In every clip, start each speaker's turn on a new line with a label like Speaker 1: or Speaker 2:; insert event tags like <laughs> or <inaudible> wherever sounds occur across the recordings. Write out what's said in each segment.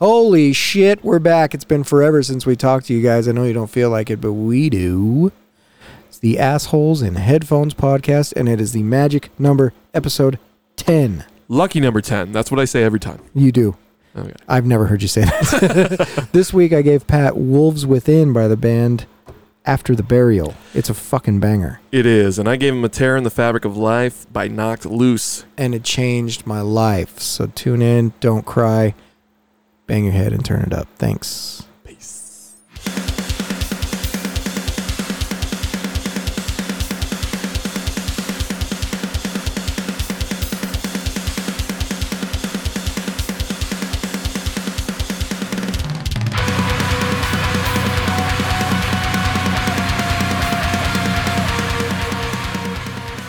Speaker 1: Holy shit, we're back. It's been forever since we talked to you guys. I know you don't feel like it, but we do. It's the Assholes in Headphones podcast, and it is the magic number episode 10.
Speaker 2: Lucky number 10. That's what I say every time. <laughs>
Speaker 1: You do.
Speaker 2: Okay.
Speaker 1: I've never heard you say that. <laughs> this week I gave Pat Wolves Within by the band After the Burial. It's a fucking banger.
Speaker 2: It is. And I gave him a tear in the fabric of life by Knocked Loose.
Speaker 1: and it changed my life. So tune in, don't cry, bang your head and turn it up. Thanks.
Speaker 2: Peace.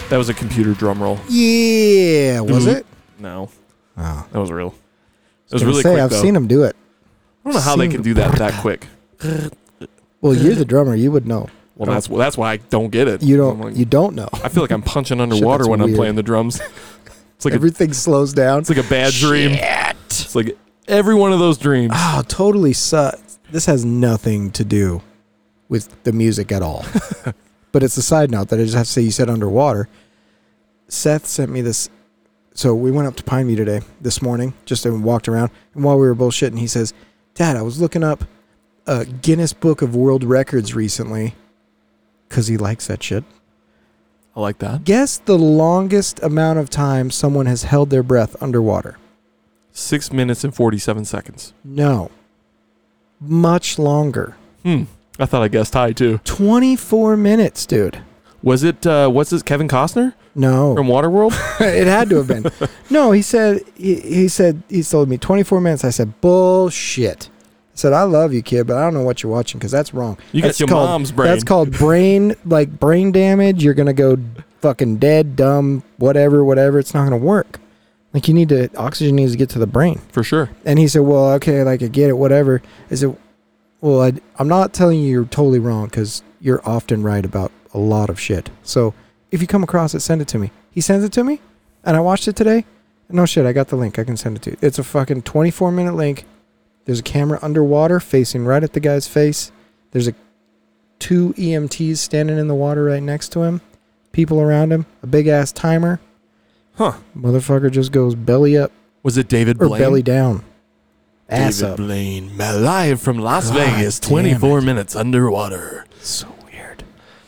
Speaker 2: That was a computer drum roll.
Speaker 1: Yeah, was
Speaker 2: Mhm.
Speaker 1: it?
Speaker 2: No,
Speaker 1: Oh.
Speaker 2: that was real.
Speaker 1: I
Speaker 2: It
Speaker 1: was
Speaker 2: was
Speaker 1: gonna
Speaker 2: really
Speaker 1: say,
Speaker 2: quick.
Speaker 1: I've
Speaker 2: though.
Speaker 1: seen him do it.
Speaker 2: I don't know how they can do that that quick.
Speaker 1: Well, you're the drummer, you would know.
Speaker 2: Well, that's that's why I don't get it.
Speaker 1: Oh. You
Speaker 2: I'm
Speaker 1: don't
Speaker 2: like-
Speaker 1: you don't know.
Speaker 2: I feel like
Speaker 1: <laughs>
Speaker 2: I'm punching underwater
Speaker 1: that's
Speaker 2: when I'm
Speaker 1: weird.
Speaker 2: playing
Speaker 1: <laughs>
Speaker 2: the drums. It's like a,
Speaker 1: Everything slows down.
Speaker 2: it's like a bad dream. It's like every one of those dreams.
Speaker 1: Oh, totally sucks. This has nothing to do with the music at
Speaker 2: <laughs>
Speaker 1: all. but it's a side note that I just have to say you said underwater. Seth sent me this. So we went up to Pineview today, this morning, just and walked around. And while we were bullshitting, he says, Dad, I was looking up uh, Guinness Book of World Records recently because he likes that shit.
Speaker 2: I like that.
Speaker 1: Guess the longest amount of time someone has held their breath underwater.
Speaker 2: Six minutes and forty-seven seconds.
Speaker 1: No. Much longer.
Speaker 2: Hmm. I thought I guessed high too.
Speaker 1: 24 minutes, dude.
Speaker 2: Was it uh, what's this? Kevin Costner
Speaker 1: No,
Speaker 2: from Waterworld?
Speaker 1: <laughs> it had to have
Speaker 2: <laughs>
Speaker 1: been. No, he said he, he said he told me 24 minutes. I said bullshit. I said I love you, kid, but I don't know what you're watching because that's wrong.
Speaker 2: You got
Speaker 1: That's
Speaker 2: your
Speaker 1: called-
Speaker 2: mom's brain.
Speaker 1: That's called brain like brain damage. You're gonna go fucking dead, dumb, whatever, whatever. It's not gonna work. Like you need to oxygen needs to get to the brain.
Speaker 2: for sure.
Speaker 1: And he said, "Well, okay, like I get it, whatever." I said, "Well, I, I'm not telling you you're totally wrong because you're often right about a lot of shit. So if you come across it, send it to me." He sends it to me, and I watched it today. No shit, I got the link. I can send it to you. It's a fucking 24 minute link. There's a camera underwater facing right at the guy's face. There's a two EMTs standing in the water right next to him. People around him. A big ass timer.
Speaker 2: Huh.
Speaker 1: Motherfucker just goes belly up
Speaker 2: Was it David
Speaker 1: or
Speaker 2: Blaine?
Speaker 1: belly down. Ass
Speaker 2: David
Speaker 1: up.
Speaker 2: Blaine, live from Las
Speaker 1: God
Speaker 2: Vegas,
Speaker 1: damn
Speaker 2: twenty-four
Speaker 1: it.
Speaker 2: minutes underwater.
Speaker 1: So weird.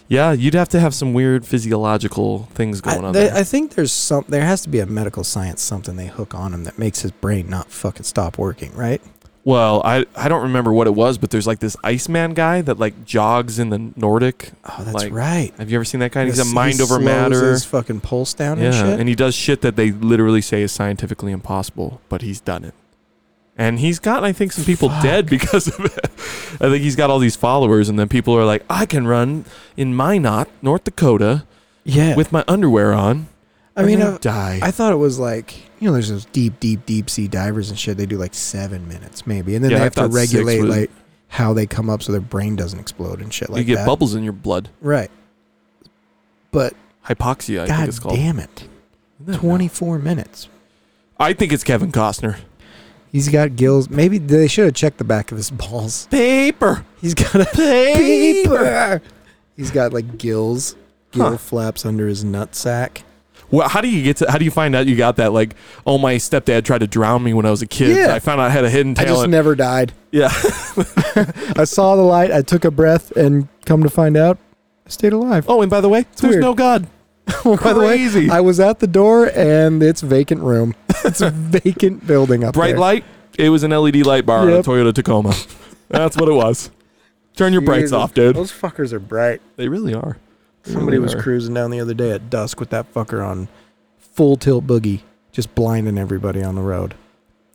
Speaker 2: Yeah, you'd have to have some weird physiological things
Speaker 1: I,
Speaker 2: going on.
Speaker 1: they-
Speaker 2: there.
Speaker 1: I think there's some. There has to be a medical science something they hook on him that makes his brain not fucking stop working, right?
Speaker 2: Well, I I don't remember what it was, but there's like this Iceman guy that like jogs in the Nordic.
Speaker 1: Oh, that's
Speaker 2: Like,
Speaker 1: right.
Speaker 2: Have you ever seen that guy? He's a
Speaker 1: He
Speaker 2: mind over
Speaker 1: slows
Speaker 2: matter.
Speaker 1: His fucking pulse down
Speaker 2: Yeah,
Speaker 1: and shit.
Speaker 2: and he does shit that they literally say is scientifically impossible, but he's done it. And he's got, I think, some people
Speaker 1: Fuck.
Speaker 2: dead because of it. I think he's got all these followers, and then people are like, "I can run in Minot, North Dakota,
Speaker 1: yeah.
Speaker 2: with my underwear on."
Speaker 1: I
Speaker 2: and
Speaker 1: mean,
Speaker 2: they
Speaker 1: I,
Speaker 2: die.
Speaker 1: I thought it was like you know, there's those deep, deep, deep sea divers and shit. They do like seven minutes maybe, and then
Speaker 2: Yeah,
Speaker 1: they
Speaker 2: I
Speaker 1: have to
Speaker 2: thought six
Speaker 1: regulate
Speaker 2: was-
Speaker 1: like how they come up so their brain doesn't explode and shit like
Speaker 2: you get
Speaker 1: that.
Speaker 2: bubbles in your blood,
Speaker 1: right. But
Speaker 2: hypoxia. I think
Speaker 1: god
Speaker 2: it's called.
Speaker 1: damn it,
Speaker 2: Isn't that nuts?
Speaker 1: 24 minutes.
Speaker 2: I think it's Kevin Costner.
Speaker 1: He's got gills. Maybe they should have checked the back of his balls.
Speaker 2: Paper,
Speaker 1: He's got
Speaker 2: <laughs>
Speaker 1: a paper. He's got like gills, gill
Speaker 2: Huh.
Speaker 1: flaps under his nutsack.
Speaker 2: Well, how do you get to? How do you find out you got that? Like, oh, my stepdad tried to drown me when I was a kid.
Speaker 1: Yeah.
Speaker 2: I found out I had a hidden
Speaker 1: I just
Speaker 2: talent.
Speaker 1: never died. <laughs>
Speaker 2: yeah.
Speaker 1: I saw the light. I took a breath, and come to find out, I stayed
Speaker 2: <laughs>
Speaker 1: alive.
Speaker 2: Oh, and by the way, there's
Speaker 1: weird.
Speaker 2: no God. Oh,
Speaker 1: By the way,
Speaker 2: crazy.
Speaker 1: I was at the door, and it's vacant room. It's
Speaker 2: <laughs>
Speaker 1: a vacant building up
Speaker 2: Bright
Speaker 1: there.
Speaker 2: light. It was an LED light bar on a
Speaker 1: Yep.
Speaker 2: Toyota Tacoma. <laughs> That's what it was. Turn your brights
Speaker 1: Jesus.
Speaker 2: off, dude.
Speaker 1: Those fuckers are bright.
Speaker 2: They really are. They
Speaker 1: Somebody
Speaker 2: really
Speaker 1: was
Speaker 2: are.
Speaker 1: cruising down the other day at dusk with that fucker on full tilt boogie, just blinding everybody on the road.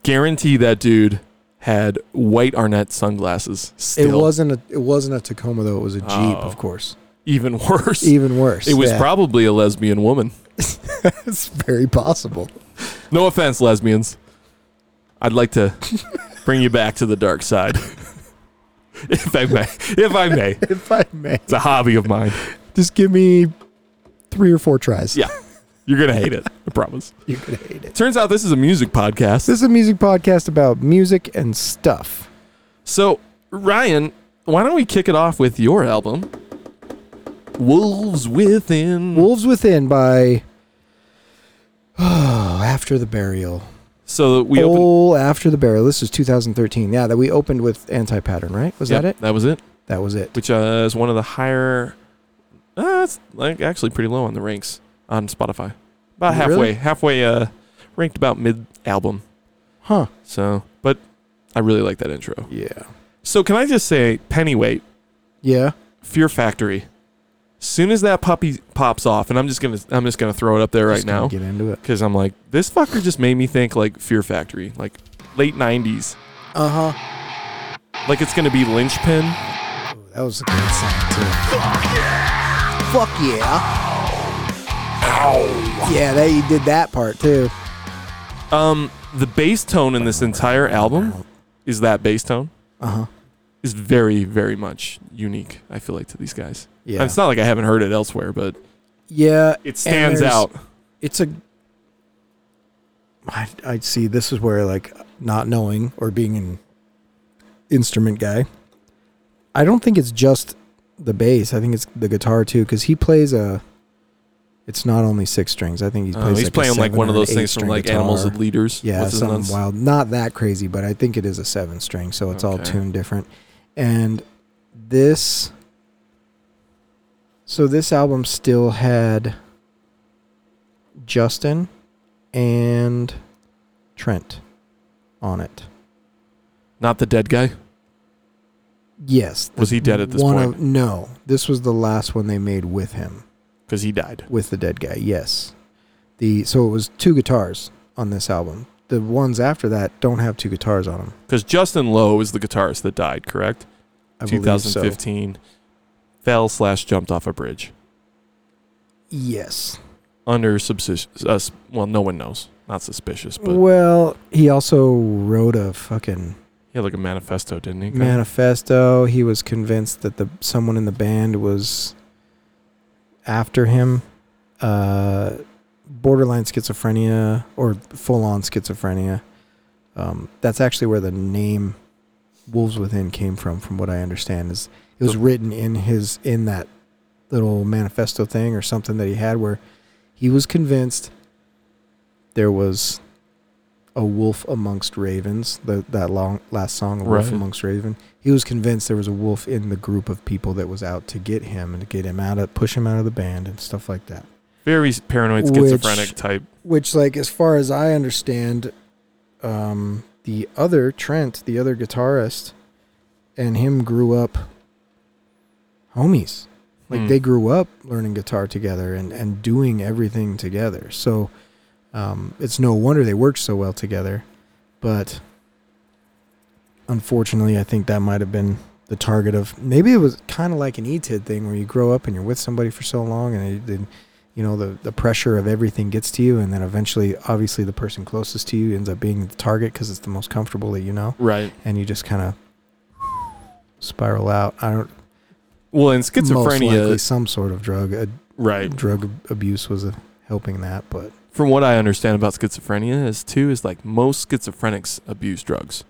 Speaker 2: Guarantee that dude had white Arnett sunglasses. Still,
Speaker 1: It wasn't a it wasn't a Tacoma though. It was a Jeep,
Speaker 2: Oh.
Speaker 1: of course.
Speaker 2: even worse.
Speaker 1: Even worse.
Speaker 2: it was
Speaker 1: yeah.
Speaker 2: probably a lesbian woman.
Speaker 1: it's very possible. <laughs>
Speaker 2: No offense, lesbians. I'd like to <laughs> bring you back to the dark side, <laughs> if I may. If I may,
Speaker 1: If I may,
Speaker 2: it's a hobby of mine.
Speaker 1: just give me three or four tries.
Speaker 2: Yeah. You're gonna hate it. I promise.
Speaker 1: You could hate it.
Speaker 2: Turns out this is a music podcast.
Speaker 1: This is a music podcast about music and stuff.
Speaker 2: So, Ryan, why don't we kick it off with your album? Wolves Within.
Speaker 1: Wolves Within by <sighs> After the Burial.
Speaker 2: So we opened.
Speaker 1: oh, After the Burial. This is 2013. Yeah, that we opened with Anti Pattern, right? Was
Speaker 2: Yep,
Speaker 1: that it?
Speaker 2: That was it.
Speaker 1: That was it.
Speaker 2: Which uh, is one of the higher. Uh, it's like actually pretty low on the ranks on Spotify. About halfway,
Speaker 1: Really?
Speaker 2: halfway uh, ranked about mid album.
Speaker 1: Huh.
Speaker 2: So, but I really like that intro.
Speaker 1: Yeah.
Speaker 2: So can I just say, Pennyweight,
Speaker 1: Yeah.
Speaker 2: Fear Factory. Soon as that puppy pops off, and I'm just gonna, I'm just gonna throw it up there right
Speaker 1: Just gonna
Speaker 2: now.
Speaker 1: Get into it.
Speaker 2: because I'm like, this fucker just made me think like Fear Factory, like late '90s,
Speaker 1: Uh huh.
Speaker 2: like it's gonna be Lynchpin.
Speaker 1: That was a great song, too. Fuck yeah. Ow. Yeah, they did that part, too.
Speaker 2: Um, the bass tone in this entire album is that bass tone
Speaker 1: Uh huh.
Speaker 2: is very, very much unique. I feel like to these guys.
Speaker 1: Yeah.
Speaker 2: It's not like I haven't heard it elsewhere, but
Speaker 1: yeah.
Speaker 2: it
Speaker 1: and
Speaker 2: stands
Speaker 1: there's-
Speaker 2: out.
Speaker 1: it's a I, I see this is where like not knowing or being an instrument guy i don't think it's just the bass i think it's the guitar too because he plays a it's not only six strings i think he
Speaker 2: Uh,
Speaker 1: plays
Speaker 2: he's
Speaker 1: like a
Speaker 2: playing like
Speaker 1: seven
Speaker 2: one
Speaker 1: or
Speaker 2: of
Speaker 1: an
Speaker 2: those things from
Speaker 1: eight-string
Speaker 2: like Animals
Speaker 1: guitar.
Speaker 2: and Leaders.
Speaker 1: yeah
Speaker 2: What's his
Speaker 1: something
Speaker 2: nuts?
Speaker 1: wild not that crazy but i think it is a seven string so it's all
Speaker 2: Okay.
Speaker 1: tuned different and this so this album still had justin and trent on it
Speaker 2: Not the dead guy.
Speaker 1: yes
Speaker 2: Was he dead at this
Speaker 1: one
Speaker 2: point?
Speaker 1: of, no this was the last one they made with him
Speaker 2: Because he died.
Speaker 1: with the dead guy yes the so it was two guitars on this album the ones after that don't have two guitars on them
Speaker 2: Because Justin Lowe is the guitarist that died. Correct.
Speaker 1: I believe so.
Speaker 2: 2015. Fell slash jumped off a bridge.
Speaker 1: yes
Speaker 2: under suspicious. Uh, s- well, no one knows. Not suspicious, but
Speaker 1: Well, he also wrote a fucking
Speaker 2: he had like a manifesto, didn't he?
Speaker 1: manifesto. He was convinced that the someone in the band was after him. Uh, borderline schizophrenia or full on schizophrenia. Um, that's actually where the name Wolves Within came from, from what I understand. Is it was
Speaker 2: The-
Speaker 1: written in his in that little manifesto thing or something that he had where he was convinced there was a wolf amongst ravens. The, that long last song, a Wolf
Speaker 2: Right.
Speaker 1: Amongst Raven. He was convinced there was a wolf in the group of people that was out to get him and to get him out of push him out of the band and stuff like that
Speaker 2: Very s- paranoid,
Speaker 1: Which-
Speaker 2: schizophrenic type.
Speaker 1: which like as far as i understand um the other trent the other guitarist and him grew up homies like
Speaker 2: Hmm.
Speaker 1: they grew up learning guitar together and and doing everything together so um it's no wonder they worked so well together but unfortunately i think that might have been the target of maybe it was kind of like an etid thing where you grow up and you're with somebody for so long and then you know the the pressure of everything gets to you and then eventually obviously the person closest to you ends up being the target because it's the most comfortable that you know
Speaker 2: Right.
Speaker 1: and you just kind of spiral out i don't
Speaker 2: Well, in
Speaker 1: most likely
Speaker 2: schizophrenia,
Speaker 1: some sort of drug uh,
Speaker 2: right.
Speaker 1: drug ab- abuse was uh, helping that but
Speaker 2: From what I understand about schizophrenia, is too is like most schizophrenics abuse drugs,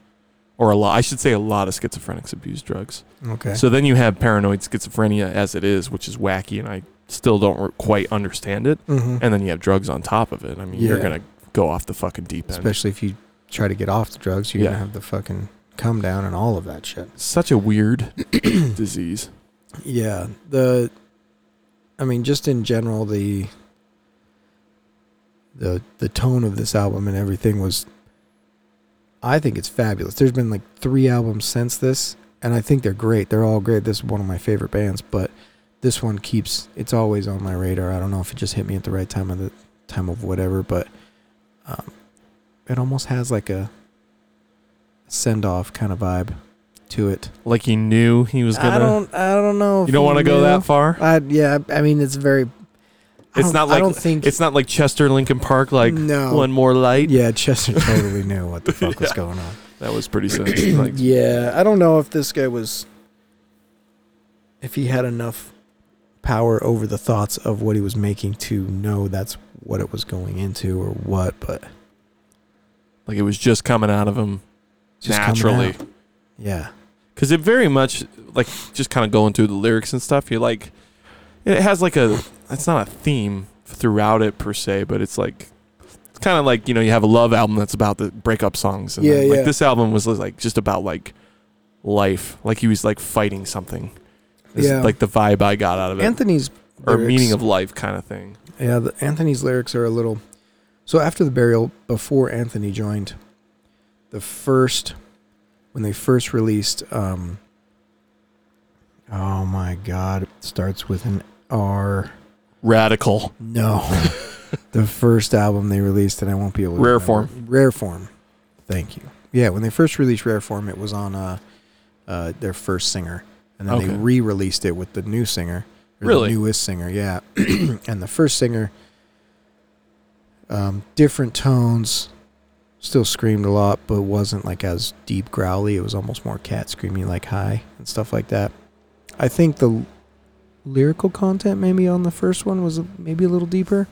Speaker 2: or a lot. I should say a lot of schizophrenics abuse drugs.
Speaker 1: okay
Speaker 2: So then you have paranoid schizophrenia as it is, which is wacky, and I still don't r- quite understand it.
Speaker 1: Mhm.
Speaker 2: And then you have drugs on top of it. I mean, you're
Speaker 1: Yeah.
Speaker 2: gonna go off the fucking deep end.
Speaker 1: especially if you try to get off the drugs you're
Speaker 2: Yeah.
Speaker 1: gonna have the fucking come down and all of that shit
Speaker 2: Such a
Speaker 1: <coughs>
Speaker 2: weird disease.
Speaker 1: Yeah, the I mean just in general the the the tone of this album and everything was I think it's fabulous. There's been like 3 albums since this and I think they're great. They're all great. This is one of my favorite bands, but this one keeps it's always on my radar. I don't know if it just hit me at the right time of the time of whatever, but um, it almost has like a send off kind of vibe to it.
Speaker 2: Like he knew he was
Speaker 1: I
Speaker 2: gonna.
Speaker 1: don't I don't know.
Speaker 2: You don't want to go that far.
Speaker 1: I, Uh, yeah, I mean it's very. I
Speaker 2: It's
Speaker 1: don't-
Speaker 2: not
Speaker 1: I
Speaker 2: like-
Speaker 1: don't think
Speaker 2: It's not like Chester Lincoln Park. Like
Speaker 1: no.
Speaker 2: one more light.
Speaker 1: Yeah, Chester totally knew what the fuck was
Speaker 2: <laughs> Yeah.
Speaker 1: going on.
Speaker 2: That was
Speaker 1: <coughs>
Speaker 2: pretty sensitive. Like,
Speaker 1: <clears throat> yeah, I don't know if this guy was, if he had enough power over the thoughts of what he was making to know that's what it was going into or what, but
Speaker 2: Like it was just coming out of him
Speaker 1: just coming
Speaker 2: naturally.
Speaker 1: out. Yeah.
Speaker 2: because it very much like just kind of going through the lyrics and stuff you're like it has like a it's not a theme throughout it per se but it's like it's kind of like you know you have a love album that's about the breakup songs and
Speaker 1: Yeah,
Speaker 2: then, like
Speaker 1: yeah.
Speaker 2: this album was like just about like life like he was like fighting something is
Speaker 1: Yeah.
Speaker 2: like the vibe i got out of it
Speaker 1: Anthony's
Speaker 2: or
Speaker 1: lyrics-
Speaker 2: meaning of life kind of thing
Speaker 1: Yeah, the, Anthony's lyrics are a little. So after the burial, before Anthony joined, the first when they first released, um, oh my God, it starts with an R.
Speaker 2: radical <laughs>
Speaker 1: No, the first album they released, and I won't be able to
Speaker 2: Rare
Speaker 1: remember.
Speaker 2: Form.
Speaker 1: Rare form. Thank you. Yeah, when they first released Rare Form, it was on uh, uh, their first singer, and then they
Speaker 2: Okay.
Speaker 1: re-released it with the new singer, or
Speaker 2: Really?
Speaker 1: the newest singer. Yeah, <clears throat> and the first singer, um, different tones, still screamed a lot, but wasn't like as deep growly. It was almost more cat screamy, like high and stuff like that. I think the lyrical content maybe on the first one was maybe a little deeper.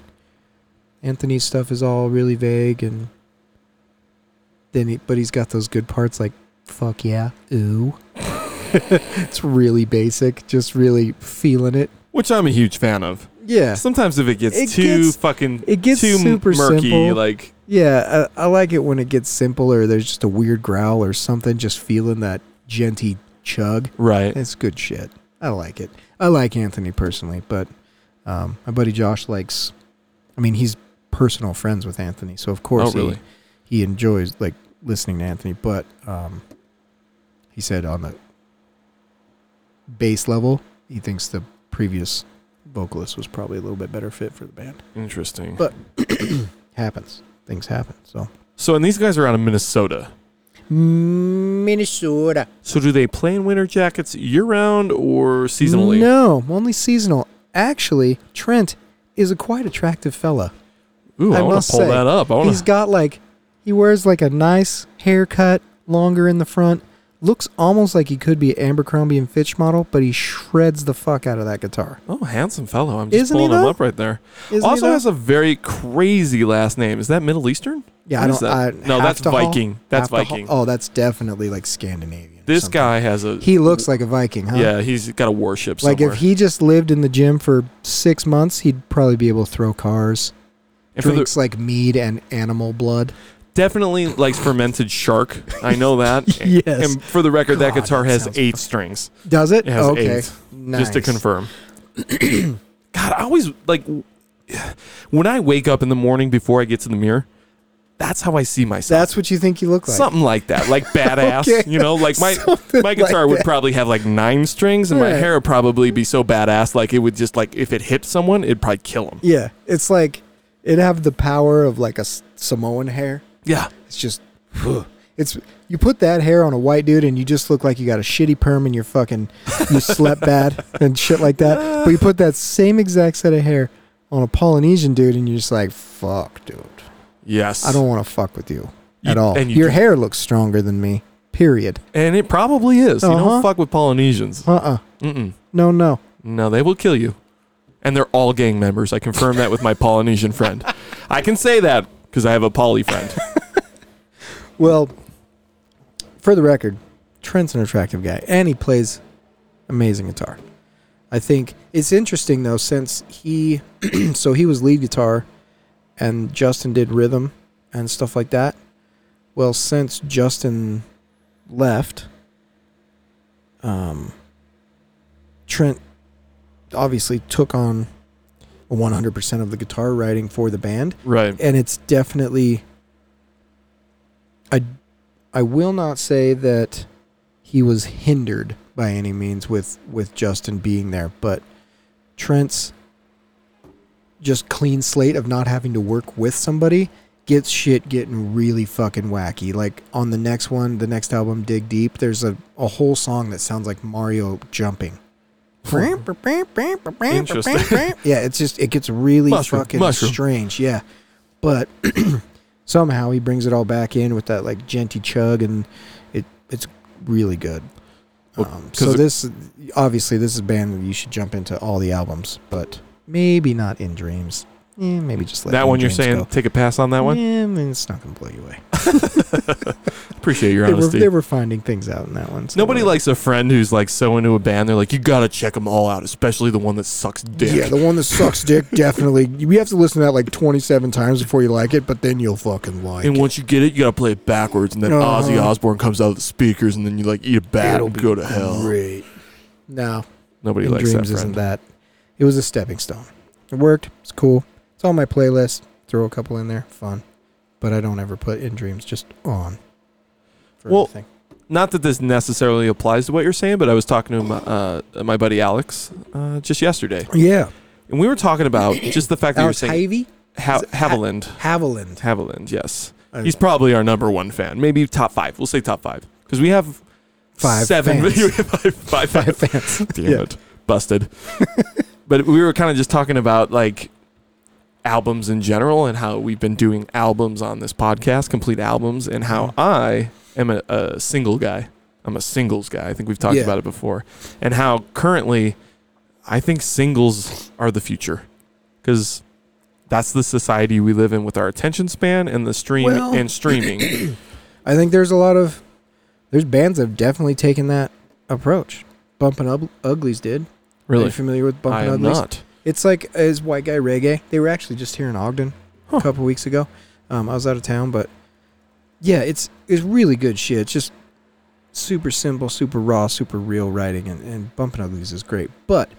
Speaker 1: Anthony's stuff is all really vague and then he, but he's got those good parts like fuck yeah, ooh. <laughs> it's really basic, just really feeling it.
Speaker 2: which i'm a huge fan of
Speaker 1: Yeah.
Speaker 2: sometimes if it gets
Speaker 1: It
Speaker 2: too
Speaker 1: gets-
Speaker 2: fucking
Speaker 1: It gets
Speaker 2: too
Speaker 1: super
Speaker 2: murky
Speaker 1: simple.
Speaker 2: like
Speaker 1: yeah, I, I like it when it gets simple or there's just a weird growl or something just feeling that genty chug.
Speaker 2: right
Speaker 1: It's good shit. I like it. I like Anthony personally, but um, my buddy Josh likes. I mean, he's personal friends with Anthony, so of course
Speaker 2: oh really
Speaker 1: he, he enjoys like listening to Anthony. But um, he said on the bass level, he thinks the previous vocalist was probably a little bit better fit for the band.
Speaker 2: interesting
Speaker 1: But- Happens. Things happen. So
Speaker 2: so and these guys are out of minnesota
Speaker 1: Minnesota
Speaker 2: So do they play in winter jackets year round or seasonally?
Speaker 1: No, only seasonal. Actually, Trent is a quite attractive fella.
Speaker 2: Ooh, I,
Speaker 1: I
Speaker 2: want
Speaker 1: must
Speaker 2: to pull
Speaker 1: say,
Speaker 2: that up. I want
Speaker 1: He's
Speaker 2: to.
Speaker 1: got like he wears like a nice haircut, longer in the front. Looks almost like he could be an Abercrombie and Fitch model, but he shreds the fuck out of that guitar.
Speaker 2: Oh, handsome fellow. I'm just
Speaker 1: Isn't he
Speaker 2: pulling him
Speaker 1: though?
Speaker 2: up right there.
Speaker 1: Isn't he
Speaker 2: also
Speaker 1: though?
Speaker 2: has a very crazy last name. Is that Middle Eastern?
Speaker 1: yeah,
Speaker 2: What
Speaker 1: I
Speaker 2: is
Speaker 1: don't. I
Speaker 2: that? no,
Speaker 1: have
Speaker 2: that's
Speaker 1: to haul-
Speaker 2: Viking. that's
Speaker 1: have to haul-
Speaker 2: Viking.
Speaker 1: oh, that's definitely like Scandinavian. or
Speaker 2: this
Speaker 1: something.
Speaker 2: guy has a.
Speaker 1: He looks like a Viking, huh?
Speaker 2: Yeah, he's got a warship
Speaker 1: Like
Speaker 2: somewhere.
Speaker 1: if he just lived in the gym for six months, he'd probably be able to throw cars.
Speaker 2: And for the-
Speaker 1: drinks like mead and animal blood.
Speaker 2: definitely likes fermented shark. I know that.
Speaker 1: <laughs> Yes.
Speaker 2: And for the record, that
Speaker 1: God,
Speaker 2: guitar
Speaker 1: that
Speaker 2: has
Speaker 1: sounds
Speaker 2: eight strings.
Speaker 1: Does it?
Speaker 2: It has
Speaker 1: okay.
Speaker 2: eight.
Speaker 1: Nice.
Speaker 2: just to confirm. <clears throat> God, I always like when I wake up in the morning before I get to the mirror. That's how I see myself.
Speaker 1: That's what you think you look like.
Speaker 2: something like
Speaker 1: <laughs>
Speaker 2: that, like badass.
Speaker 1: Okay.
Speaker 2: You know, like
Speaker 1: <laughs>
Speaker 2: my
Speaker 1: Something
Speaker 2: my
Speaker 1: like
Speaker 2: guitar would
Speaker 1: that.
Speaker 2: probably have like nine strings, and my
Speaker 1: Right.
Speaker 2: hair would probably be so badass, like it would just like if it hit someone, it'd probably kill them.
Speaker 1: Yeah, it's like it'd have the power of like a S- Samoan hair.
Speaker 2: Yeah,
Speaker 1: It's just, it's you put that hair on a white dude and you just look like you got a shitty perm and you're fucking
Speaker 2: <laughs>
Speaker 1: you slept bad and shit like that. But you put that same exact set of hair on a Polynesian dude and you're just like, fuck, dude,
Speaker 2: yes.
Speaker 1: I don't want to fuck with you,
Speaker 2: You-
Speaker 1: at all.
Speaker 2: and you
Speaker 1: Your
Speaker 2: do-
Speaker 1: hair looks stronger than me. Period.
Speaker 2: and it probably is. You
Speaker 1: Uh-huh.
Speaker 2: don't fuck with Polynesians.
Speaker 1: Uh uh
Speaker 2: Mm-mm.
Speaker 1: No no.
Speaker 2: No, they will kill you. And they're all gang members. I confirm that with my Polynesian friend. I can say that because I have a poly friend.
Speaker 1: Well, for the record, Trent's an attractive guy, and he plays amazing guitar. I think it's interesting though, since he, <clears throat> so he was lead guitar, and Justin did rhythm and stuff like that. Well, since Justin left, um, Trent obviously took on 100% of the guitar writing for the band
Speaker 2: Right.
Speaker 1: and it's definitely I I will not say that he was hindered by any means with with Justin being there, but Trent's just clean slate of not having to work with somebody gets shit getting really fucking wacky. Like on the next one, the next album, Dig Deep, there's a, a whole song that sounds like Mario jumping.
Speaker 2: Interesting.
Speaker 1: yeah, it's just it gets really
Speaker 2: Mushroom,
Speaker 1: fucking
Speaker 2: mushroom.
Speaker 1: strange. Yeah, but <clears throat> somehow he brings it all back in with that like genty chug, and it it's really good.
Speaker 2: Well,
Speaker 1: Um,
Speaker 2: 'cause
Speaker 1: so
Speaker 2: it-
Speaker 1: this obviously this is a band that you should jump into all the albums, but maybe not in dreams. Yeah, maybe just let
Speaker 2: that
Speaker 1: your
Speaker 2: one you're
Speaker 1: dreams
Speaker 2: saying
Speaker 1: go.
Speaker 2: take a pass on that one.
Speaker 1: Yeah, I mean, it's not gonna blow you away.
Speaker 2: Appreciate your
Speaker 1: They were,
Speaker 2: honesty.
Speaker 1: they were finding things out in that one. so-
Speaker 2: Nobody likes a friend who's like so into a band. They're like, you gotta check them all out, especially the one that sucks dick.
Speaker 1: Yeah, the one that sucks dick, definitely. We have to listen to that like 27 times before you like it, but then you'll fucking like
Speaker 2: and
Speaker 1: it.
Speaker 2: once you get it, you gotta play it backwards, and then
Speaker 1: Uh-huh.
Speaker 2: Ozzy Osbourne comes out of the speakers, and then you like eat a bat
Speaker 1: It'll
Speaker 2: and
Speaker 1: be
Speaker 2: go to hell.
Speaker 1: Great. No,
Speaker 2: Nobody
Speaker 1: In
Speaker 2: likes that
Speaker 1: Dreams
Speaker 2: friend.
Speaker 1: isn't that. It was a stepping stone. It worked. It's cool. It's on my playlist. Throw a couple in there. Fun. But I don't ever put In Dreams just on. For
Speaker 2: Well,
Speaker 1: everything.
Speaker 2: not that this necessarily applies to what you're saying, but I was talking to my, uh, my buddy Alex uh, just yesterday,
Speaker 1: Yeah.
Speaker 2: and we were talking about just the fact that
Speaker 1: Alex
Speaker 2: you were saying
Speaker 1: Ivy?
Speaker 2: ha-
Speaker 1: is it Ha-
Speaker 2: Haviland.
Speaker 1: Haviland.
Speaker 2: Haviland, yes.
Speaker 1: I-
Speaker 2: He's probably our number one fan, maybe top five. We'll say top five because we have
Speaker 1: Five
Speaker 2: seven.
Speaker 1: fans.
Speaker 2: <laughs> we have five, five fans.
Speaker 1: Five fans.
Speaker 2: <laughs> Damn
Speaker 1: yeah.
Speaker 2: it. Busted. <laughs> but we were kind of just talking about like albums in general and how we've been doing albums on this podcast, complete albums, and
Speaker 1: Mm.
Speaker 2: how I am a, a single guy. I'm a singles guy. I think we've talked
Speaker 1: Yeah.
Speaker 2: about it before. And how currently I think singles are the future because that's the society we live in with our attention span and the stream
Speaker 1: Well- <coughs>
Speaker 2: and streaming.
Speaker 1: I think there's a lot of there's bands that have definitely taken that approach. Bumpin' Ub- Uglies did. Are you
Speaker 2: <coughs> really?
Speaker 1: familiar with
Speaker 2: I
Speaker 1: Bumpin'
Speaker 2: am
Speaker 1: Uglies?
Speaker 2: not.
Speaker 1: It's like as white guy reggae. They were actually just here in Ogden
Speaker 2: Huh.
Speaker 1: a couple weeks ago. Um, I was out of town, but yeah, it's it's really good shit. It's just super simple, super raw, super real writing, and, and Bumpin' Uglies is great. But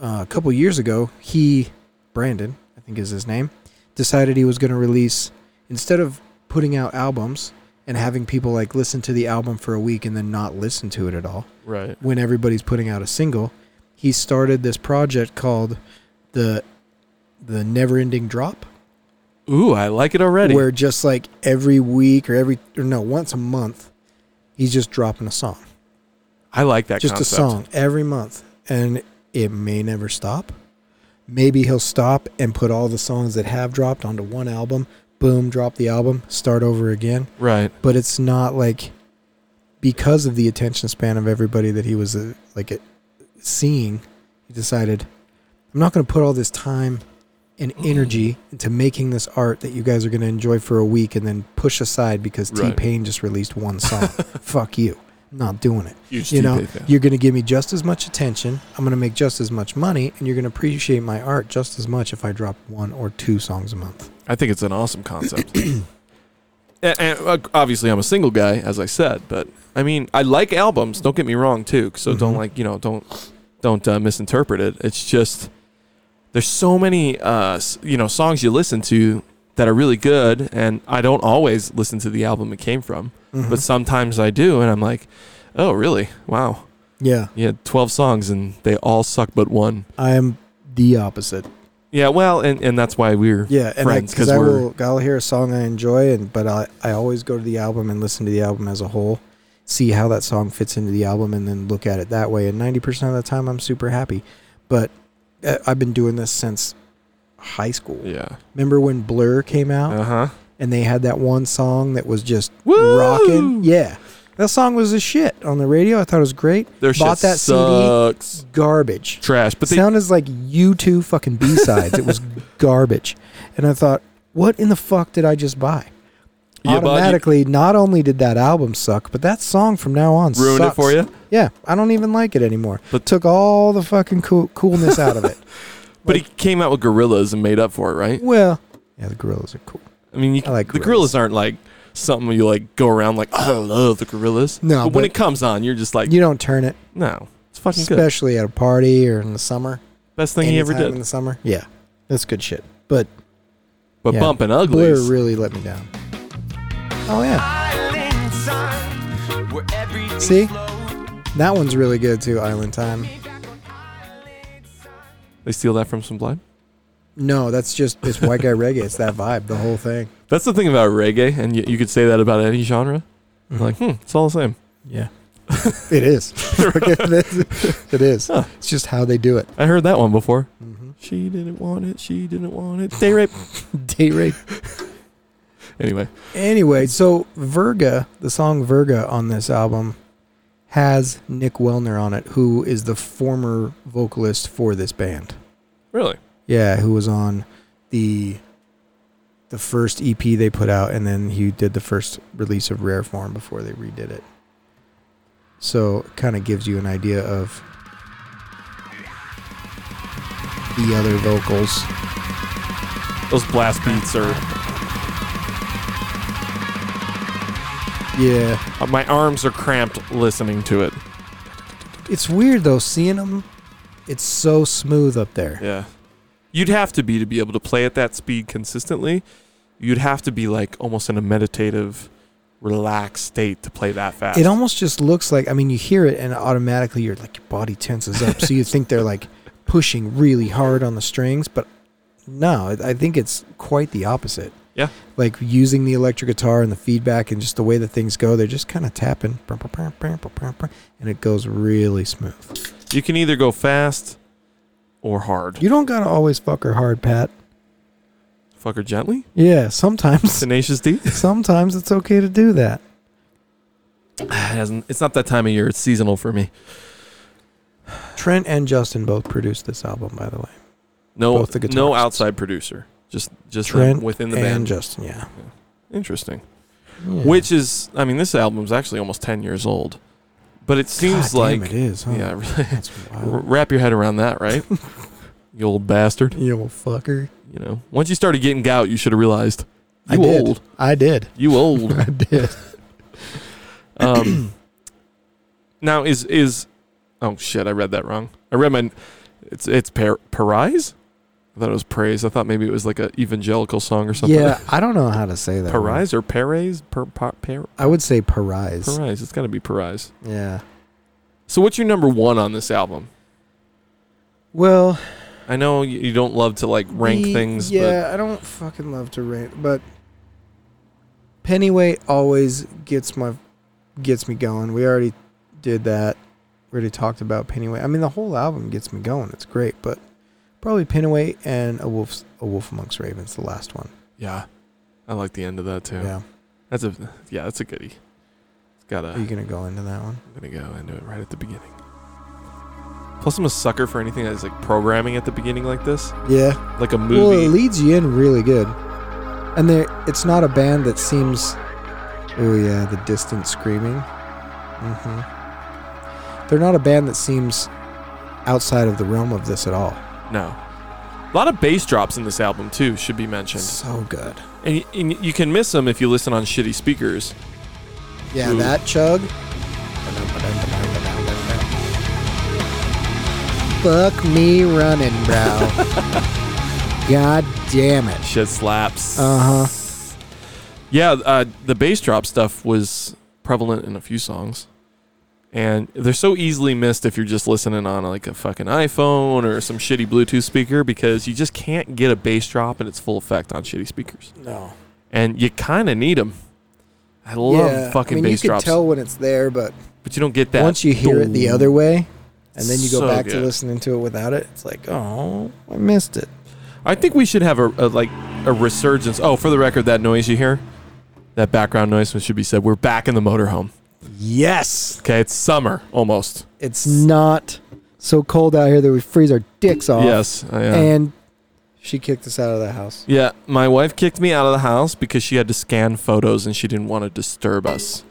Speaker 1: uh, a couple years ago, he Brandon, I think is his name, decided he was going to release instead of putting out albums and having people like listen to the album for a week and then not listen to it at all
Speaker 2: Right.
Speaker 1: when everybody's putting out a single, he started this project called the the never ending drop
Speaker 2: Ooh, I like it already.
Speaker 1: where just like every week or every or no once a month he's just dropping a song
Speaker 2: I like that
Speaker 1: just
Speaker 2: concept.
Speaker 1: a song every month and it may never stop maybe he'll stop and put all the songs that have dropped onto one album boom drop the album start over again
Speaker 2: Right.
Speaker 1: but it's not like because of the attention span of everybody that he was uh, like it, seeing he decided i'm not going to put all this time and energy into making this art that you guys are going to enjoy for a week and then push aside because
Speaker 2: Right.
Speaker 1: t-pain just released one song
Speaker 2: <laughs>
Speaker 1: fuck you I'm not doing it
Speaker 2: Huge
Speaker 1: you know
Speaker 2: T-Pain fan.
Speaker 1: you're going to give me just as much attention i'm going to make just as much money and you're going to appreciate my art just as much if i drop one or two songs a month
Speaker 2: I think it's an awesome concept.
Speaker 1: <clears throat>
Speaker 2: and, and, uh, obviously, I'm a single guy, as I said, but I mean, I like albums. Don't get me wrong, too. So don't
Speaker 1: Mhm.
Speaker 2: like you know don't don't uh, misinterpret it. It's just there's so many uh, s- you know songs you listen to that are really good, and I don't always listen to the album it came from,
Speaker 1: Mhm.
Speaker 2: but sometimes I do, and I'm like, oh really? Wow.
Speaker 1: yeah
Speaker 2: You had 12 songs and they all suck but one.
Speaker 1: i am the opposite
Speaker 2: Yeah, well, and, and that's why we're
Speaker 1: yeah, and
Speaker 2: friends,
Speaker 1: because
Speaker 2: 'cause
Speaker 1: I
Speaker 2: we're-
Speaker 1: will I'll hear a song I enjoy, and but I I always go to the album and listen to the album as a whole, see how that song fits into the album, and then look at it that way. And ninety percent of the time, I'm super happy. But uh, I've been doing this since high school.
Speaker 2: yeah.
Speaker 1: Remember when Blur came out
Speaker 2: Uh huh.
Speaker 1: and they had that one song that was just
Speaker 2: Woo!
Speaker 1: rocking? Yeah, that song was a shit on the radio. I thought it was great.
Speaker 2: Their
Speaker 1: Bought
Speaker 2: shit
Speaker 1: that
Speaker 2: sucks.
Speaker 1: CD. Garbage
Speaker 2: Trash, but they
Speaker 1: sounded like you two fucking B sides. it
Speaker 2: <laughs>
Speaker 1: was garbage, and I thought, what in the fuck did I just buy?
Speaker 2: you bought- you
Speaker 1: Automatically, not only did that album suck, but that song from now on
Speaker 2: ruined
Speaker 1: sucks.
Speaker 2: it for you.
Speaker 1: Yeah, I don't even like it anymore.
Speaker 2: But-
Speaker 1: But took all the fucking cool- coolness out of
Speaker 2: <laughs>
Speaker 1: it.
Speaker 2: But he came out with gorillas and made up for it, right?
Speaker 1: Well, yeah, the gorillas are cool.
Speaker 2: I mean, you,
Speaker 1: I like
Speaker 2: the gorillas aren't like something you like go around like "Oh, I love the gorillas.
Speaker 1: No,
Speaker 2: but when
Speaker 1: but-
Speaker 2: it comes on, you're just like
Speaker 1: You don't turn it,
Speaker 2: no, it's fucking good.
Speaker 1: especially at a party or in the summer.
Speaker 2: Best thing he ever
Speaker 1: anytime in
Speaker 2: did.
Speaker 1: the summer. Yeah, that's good shit. But
Speaker 2: But
Speaker 1: yeah.
Speaker 2: bumping
Speaker 1: Blur
Speaker 2: uglies.
Speaker 1: really let me down. Oh yeah.
Speaker 3: Island sun, where everything
Speaker 1: See?
Speaker 3: flows.
Speaker 1: That one's really good too, Island Time.
Speaker 2: They steal that from Sublime.
Speaker 1: No, that's just it's white guy reggae. It's that vibe, the whole thing.
Speaker 2: That's the thing about reggae, and you, you could say that about any genre. Like, hmm, it's all the same.
Speaker 1: yeah, it is. <laughs> it is.
Speaker 2: Huh.
Speaker 1: It's just how they do it.
Speaker 2: I heard that one before.
Speaker 1: Mm-hmm.
Speaker 2: She didn't want it. She didn't want it. Day rape.
Speaker 1: Date rape.
Speaker 2: Anyway,
Speaker 1: Anyway, so Verga, the song Verga on this album, has Nick Wellner on it, who is the former vocalist for this band.
Speaker 2: really.
Speaker 1: Yeah, who was on the the first EP they put out, and then he did the first release of Rare Form before they redid it. So it kind of gives you an idea of the other vocals.
Speaker 2: Those blast beats are.
Speaker 1: Yeah.
Speaker 2: uh, my arms are cramped listening to it.
Speaker 1: It's weird though, seeing them. It's so smooth up there.
Speaker 2: Yeah. You'd have to be to be able to play at that speed consistently. You'd have to be like almost in a meditative, relaxed state to play that fast.
Speaker 1: It almost just looks like I mean, you hear it and automatically your like your body tenses up. so you think they're like pushing really hard on the strings, but no, I I think it's quite the opposite.
Speaker 2: Yeah.
Speaker 1: Like using the electric guitar and the feedback and just the way that things go, they're just kind of tapping, brum, brum, brum, brum, brum, brum, brum, and it goes really smooth.
Speaker 2: you can either go fast or hard.
Speaker 1: You don't gotta always fuck her hard, Pat.
Speaker 2: Fucker gently.
Speaker 1: Yeah, sometimes,
Speaker 2: Tenacious D.
Speaker 1: <laughs> sometimes it's okay to do that.
Speaker 2: <sighs> It hasn't- it's not that time of year. It's seasonal for me.
Speaker 1: Trent and Justin both produced this album, by the way.
Speaker 2: No,
Speaker 1: Both the
Speaker 2: no
Speaker 1: guitarists.
Speaker 2: outside producer. Just just them
Speaker 1: Trent
Speaker 2: within the
Speaker 1: and
Speaker 2: band.
Speaker 1: Justin, yeah.
Speaker 2: Interesting.
Speaker 1: Yeah.
Speaker 2: Which is, I mean, this album's actually almost ten years old, but it seems
Speaker 1: God damn,
Speaker 2: like
Speaker 1: it is. Huh?
Speaker 2: yeah. really-
Speaker 1: That's
Speaker 2: R-
Speaker 1: wild.
Speaker 2: wrap your head around
Speaker 1: <laughs>
Speaker 2: that, right? you old bastard.
Speaker 1: You old fucker.
Speaker 2: You know, once you started getting gout, you should have realized.
Speaker 1: I
Speaker 2: You
Speaker 1: did.
Speaker 2: old.
Speaker 1: I did.
Speaker 2: You old.
Speaker 1: <laughs> I did.
Speaker 2: um, now is is, oh shit! I read that wrong. I read my. It's it's par- Parise. I thought it was praise. I thought maybe it was like a evangelical song or something.
Speaker 1: Yeah, I don't know how to say that. word.
Speaker 2: <laughs> Parise or Parais? Per, par, par,
Speaker 1: I would say Parise.
Speaker 2: Parise. It's got to be Parise.
Speaker 1: Yeah.
Speaker 2: So what's your number one on this album?
Speaker 1: Well,
Speaker 2: I know you, you don't love to like rank
Speaker 1: the-
Speaker 2: things,
Speaker 1: Yeah, I don't fucking love to rank, but Pennyweight always gets my gets me going. We already did that. We already talked about Pennyweight. I mean, the whole album gets me going. It's great, but probably Pennyweight and a wolf's a wolf amongst ravens, the last one.
Speaker 2: but yeah, I like the end of that too.
Speaker 1: Yeah.
Speaker 2: That's a yeah, that's a goodie. It's got a.
Speaker 1: Are you gonna go into that one?
Speaker 2: I'm gonna go into it right at the beginning. Plus, I'm a sucker for anything that's like programming at the beginning like this,
Speaker 1: Yeah.
Speaker 2: like a
Speaker 1: Well, it
Speaker 2: movie.
Speaker 1: leads you in really good, and there it's not a band that seems. Oh yeah, the distant screaming. hmm They're not a band that seems outside of the realm of this at all.
Speaker 2: no, a lot of bass drops in this album too should be mentioned,
Speaker 1: So good.
Speaker 2: and, y- and you can miss them if you listen on shitty speakers.
Speaker 1: Yeah,
Speaker 2: Ooh.
Speaker 1: that chug. Fuck me running, <laughs> bro. God damn it.
Speaker 2: Shit slaps.
Speaker 1: Uh-huh.
Speaker 2: Yeah, uh, the bass drop stuff was prevalent in a few songs, and they're so easily missed if you're just listening on like a fucking iPhone or some shitty Bluetooth speaker because you just can't get a bass drop in its full effect on shitty speakers,
Speaker 1: No.
Speaker 2: and you kind of need them. I love fucking
Speaker 1: I mean,
Speaker 2: bass
Speaker 1: you can
Speaker 2: drops,
Speaker 1: tell when it's there, but
Speaker 2: but you don't get that
Speaker 1: once you hear it the other way and then you go
Speaker 2: So
Speaker 1: back to
Speaker 2: good.
Speaker 1: listening to it without it it's like oh i missed it
Speaker 2: I think we should have a, a like a resurgence. Oh, for the record, that noise you hear, that background noise should be said. We're back in the motorhome.
Speaker 1: yes
Speaker 2: Okay, it's summer almost.
Speaker 1: it's not so cold out here that we freeze our dicks off
Speaker 2: Yes, I am.
Speaker 1: Oh. and she kicked us out of the house
Speaker 2: Yeah, my wife kicked me out of the house because she had to scan photos and she didn't want to disturb us.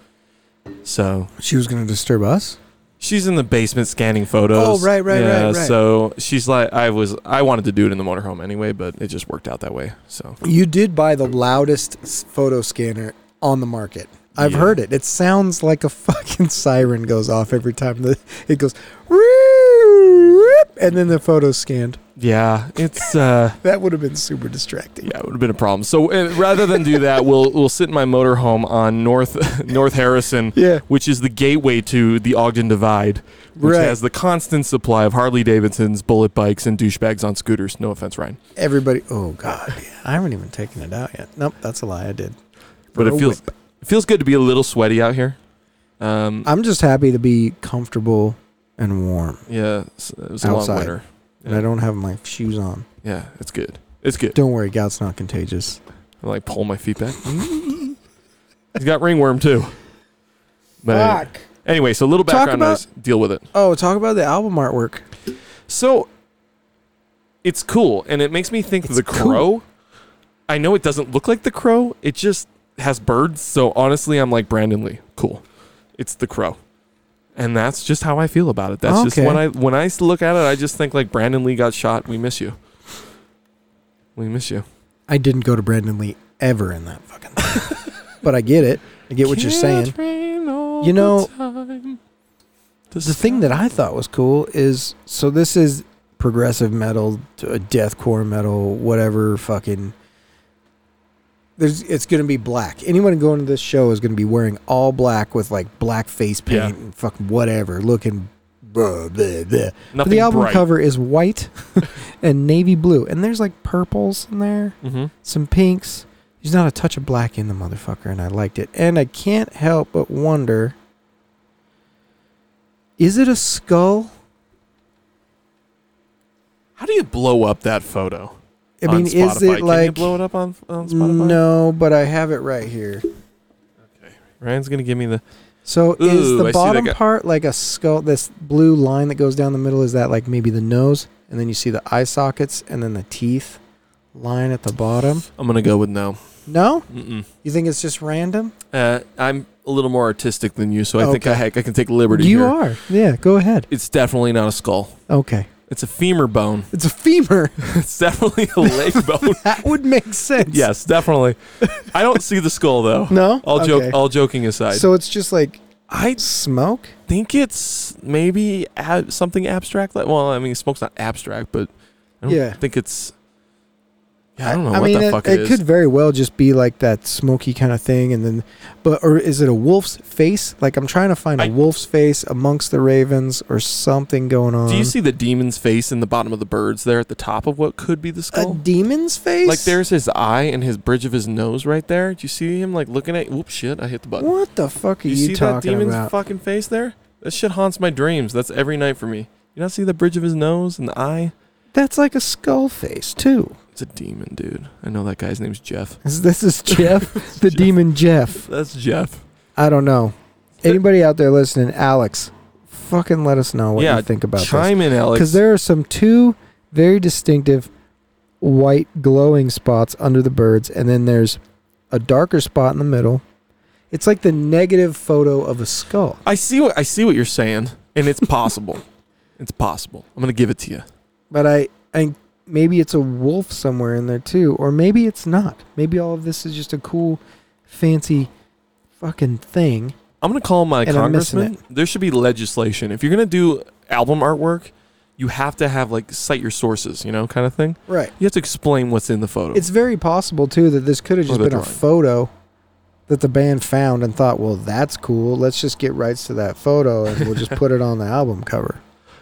Speaker 2: So
Speaker 1: she was going to disturb us
Speaker 2: she's in the basement scanning photos.
Speaker 1: Oh, right, right, right,
Speaker 2: yeah,
Speaker 1: right.
Speaker 2: So she's like, I was, I wanted to do it in the motorhome anyway, but it just worked out that way. So
Speaker 1: you did buy the loudest s- photo scanner on the market I've
Speaker 2: Yeah.
Speaker 1: heard it. It sounds like a <laughs> fucking siren goes off every time the it goes, and then the photo's scanned.
Speaker 2: yeah, it's uh,
Speaker 1: That would have been super distracting.
Speaker 2: <laughs> yeah, it would have been a problem. So uh, rather than do that, we'll we'll sit in my motorhome on North <laughs> North Harrison.
Speaker 1: Yeah.
Speaker 2: Which is the gateway to the Ogden Divide, which
Speaker 1: Right.
Speaker 2: has the constant supply of Harley Davidsons, bullet bikes, and douchebags on scooters. No offense, Ryan.
Speaker 1: Everybody, oh god, yeah, I haven't even taken it out yet. Nope, that's a lie. I did.
Speaker 2: but it
Speaker 1: Throw
Speaker 2: feels it feels good to be a little sweaty out here. Um,
Speaker 1: I'm just happy to be comfortable and warm,
Speaker 2: yeah, s- it was a
Speaker 1: Outside.
Speaker 2: long winter.
Speaker 1: and I don't have my shoes on.
Speaker 2: Yeah, it's good. It's good.
Speaker 1: Don't worry, gout's not contagious.
Speaker 2: I like pull my feet back. He's got ringworm too. But
Speaker 1: Fuck.
Speaker 2: anyway, so a little
Speaker 1: Talk
Speaker 2: background
Speaker 1: Oh, about-
Speaker 2: noise. Deal with it.
Speaker 1: Oh, talk about the album artwork.
Speaker 2: So it's cool, and it makes me think
Speaker 1: It's
Speaker 2: the
Speaker 1: cool.
Speaker 2: crow. I know it doesn't look like the crow. It just has birds. So honestly, I'm like Brandon Lee. Cool. It's the crow, and that's just how I feel about it. That's just
Speaker 1: Okay.
Speaker 2: when I when I s- look at it, I just think like Brandon Lee got shot. We miss you. We miss you.
Speaker 1: I didn't go to Brandon Lee ever in that fucking thing.
Speaker 2: <laughs>
Speaker 1: but I get it. I get what you're saying. You know, The thing that I thought was cool is so this is progressive metal, to- deathcore metal, whatever fucking. There's, it's going to be black. Anyone going to this show is going to be wearing all black with like black face
Speaker 2: Yeah.
Speaker 1: paint and fucking whatever, looking. Blah, blah, blah. But
Speaker 2: nothing
Speaker 1: the album
Speaker 2: bright.
Speaker 1: cover is white <laughs> and navy blue, and there's like purples in there
Speaker 2: hmm
Speaker 1: some pinks. There's not a touch of black in the motherfucker, and I liked it. And I can't help but wonder is it a skull?
Speaker 2: How do you blow up that photo?
Speaker 1: I
Speaker 2: on
Speaker 1: mean,
Speaker 2: Spotify?
Speaker 1: is it
Speaker 2: Can
Speaker 1: like.
Speaker 2: you blow it up on, on Spotify?
Speaker 1: no, but I have it right here.
Speaker 2: Ryan's gonna give me the.
Speaker 1: So is
Speaker 2: Ooh, I see
Speaker 1: the
Speaker 2: that
Speaker 1: bottom
Speaker 2: guy.
Speaker 1: part like a skull? This blue line that goes down the middle, is that like maybe the nose? And then you see the eye sockets and then the teeth line at the bottom?
Speaker 2: I'm gonna go with no.
Speaker 1: No?
Speaker 2: Mm-mm.
Speaker 1: You think it's just random?
Speaker 2: Uh, I'm a little more artistic than you, so I think I,
Speaker 1: Okay.
Speaker 2: heck, I can take liberty
Speaker 1: you
Speaker 2: here.
Speaker 1: are. Yeah, go ahead.
Speaker 2: It's definitely not a skull.
Speaker 1: Okay.
Speaker 2: It's a femur bone. <laughs>
Speaker 1: It's a femur. <laughs>
Speaker 2: It's definitely a leg <laughs> bone.
Speaker 1: that would make sense.
Speaker 2: yes, definitely. I don't see the skull though.
Speaker 1: No.
Speaker 2: All
Speaker 1: Okay.
Speaker 2: joke, all joking aside.
Speaker 1: So it's just like
Speaker 2: I
Speaker 1: smoke.
Speaker 2: think it's maybe ab- something abstract. Like, well, I mean, smoke's not abstract, but I don't
Speaker 1: Yeah.
Speaker 2: think it's. Yeah, I don't know what
Speaker 1: mean,
Speaker 2: the
Speaker 1: it,
Speaker 2: fuck
Speaker 1: it
Speaker 2: is.
Speaker 1: could very well just be like that smoky kind of thing, and then, but or is it a wolf's face? Like I'm trying to find a
Speaker 2: I-
Speaker 1: wolf's face amongst the ravens or something going on.
Speaker 2: Do you see the demon's face in the bottom of the birds there at the top of what could be the
Speaker 1: a
Speaker 2: skull?
Speaker 1: demon's face?
Speaker 2: Like there's his eye and his bridge of his nose right there. Do you see him like looking at? Whoop! Shit! I hit the button.
Speaker 1: What the fuck are
Speaker 2: you
Speaker 1: you,
Speaker 2: see that
Speaker 1: talking
Speaker 2: demon's
Speaker 1: about?
Speaker 2: fucking face there? That shit haunts my dreams. That's every night for me. You not see the bridge of his nose and the eye?
Speaker 1: That's like a skull face too.
Speaker 2: It's a demon, dude. I know that guy's name's Jeff.
Speaker 1: This this
Speaker 2: <laughs>
Speaker 1: is Jeff, <laughs> the demon Jeff.
Speaker 2: That's Jeff.
Speaker 1: I don't know. Anybody out there listening, Alex, fucking let us know what
Speaker 2: Yeah,
Speaker 1: you think about this.
Speaker 2: Chime in, Alex.
Speaker 1: because there are some two very distinctive white glowing spots under the birds, and then there's a darker spot in the middle. It's like the negative photo of a skull.
Speaker 2: I see what I see what you're saying, and it's
Speaker 1: <laughs>
Speaker 2: possible. it's possible. I'm gonna give it to you.
Speaker 1: But I, I maybe it's a wolf somewhere in there too, or maybe it's not. Maybe all of this is just a cool, fancy, fucking thing.
Speaker 2: I'm gonna call my
Speaker 1: And I'm missing
Speaker 2: congressman. There should be legislation. If you're gonna do album artwork, you have to have like cite your sources, you know, kind of thing.
Speaker 1: Right.
Speaker 2: You have to explain what's in the photo.
Speaker 1: It's very possible too that this could have just
Speaker 2: the
Speaker 1: been a
Speaker 2: Oh, drawing.
Speaker 1: photo that the band found and thought, well, that's cool. Let's just get rights to that photo and we'll just put it on the album cover.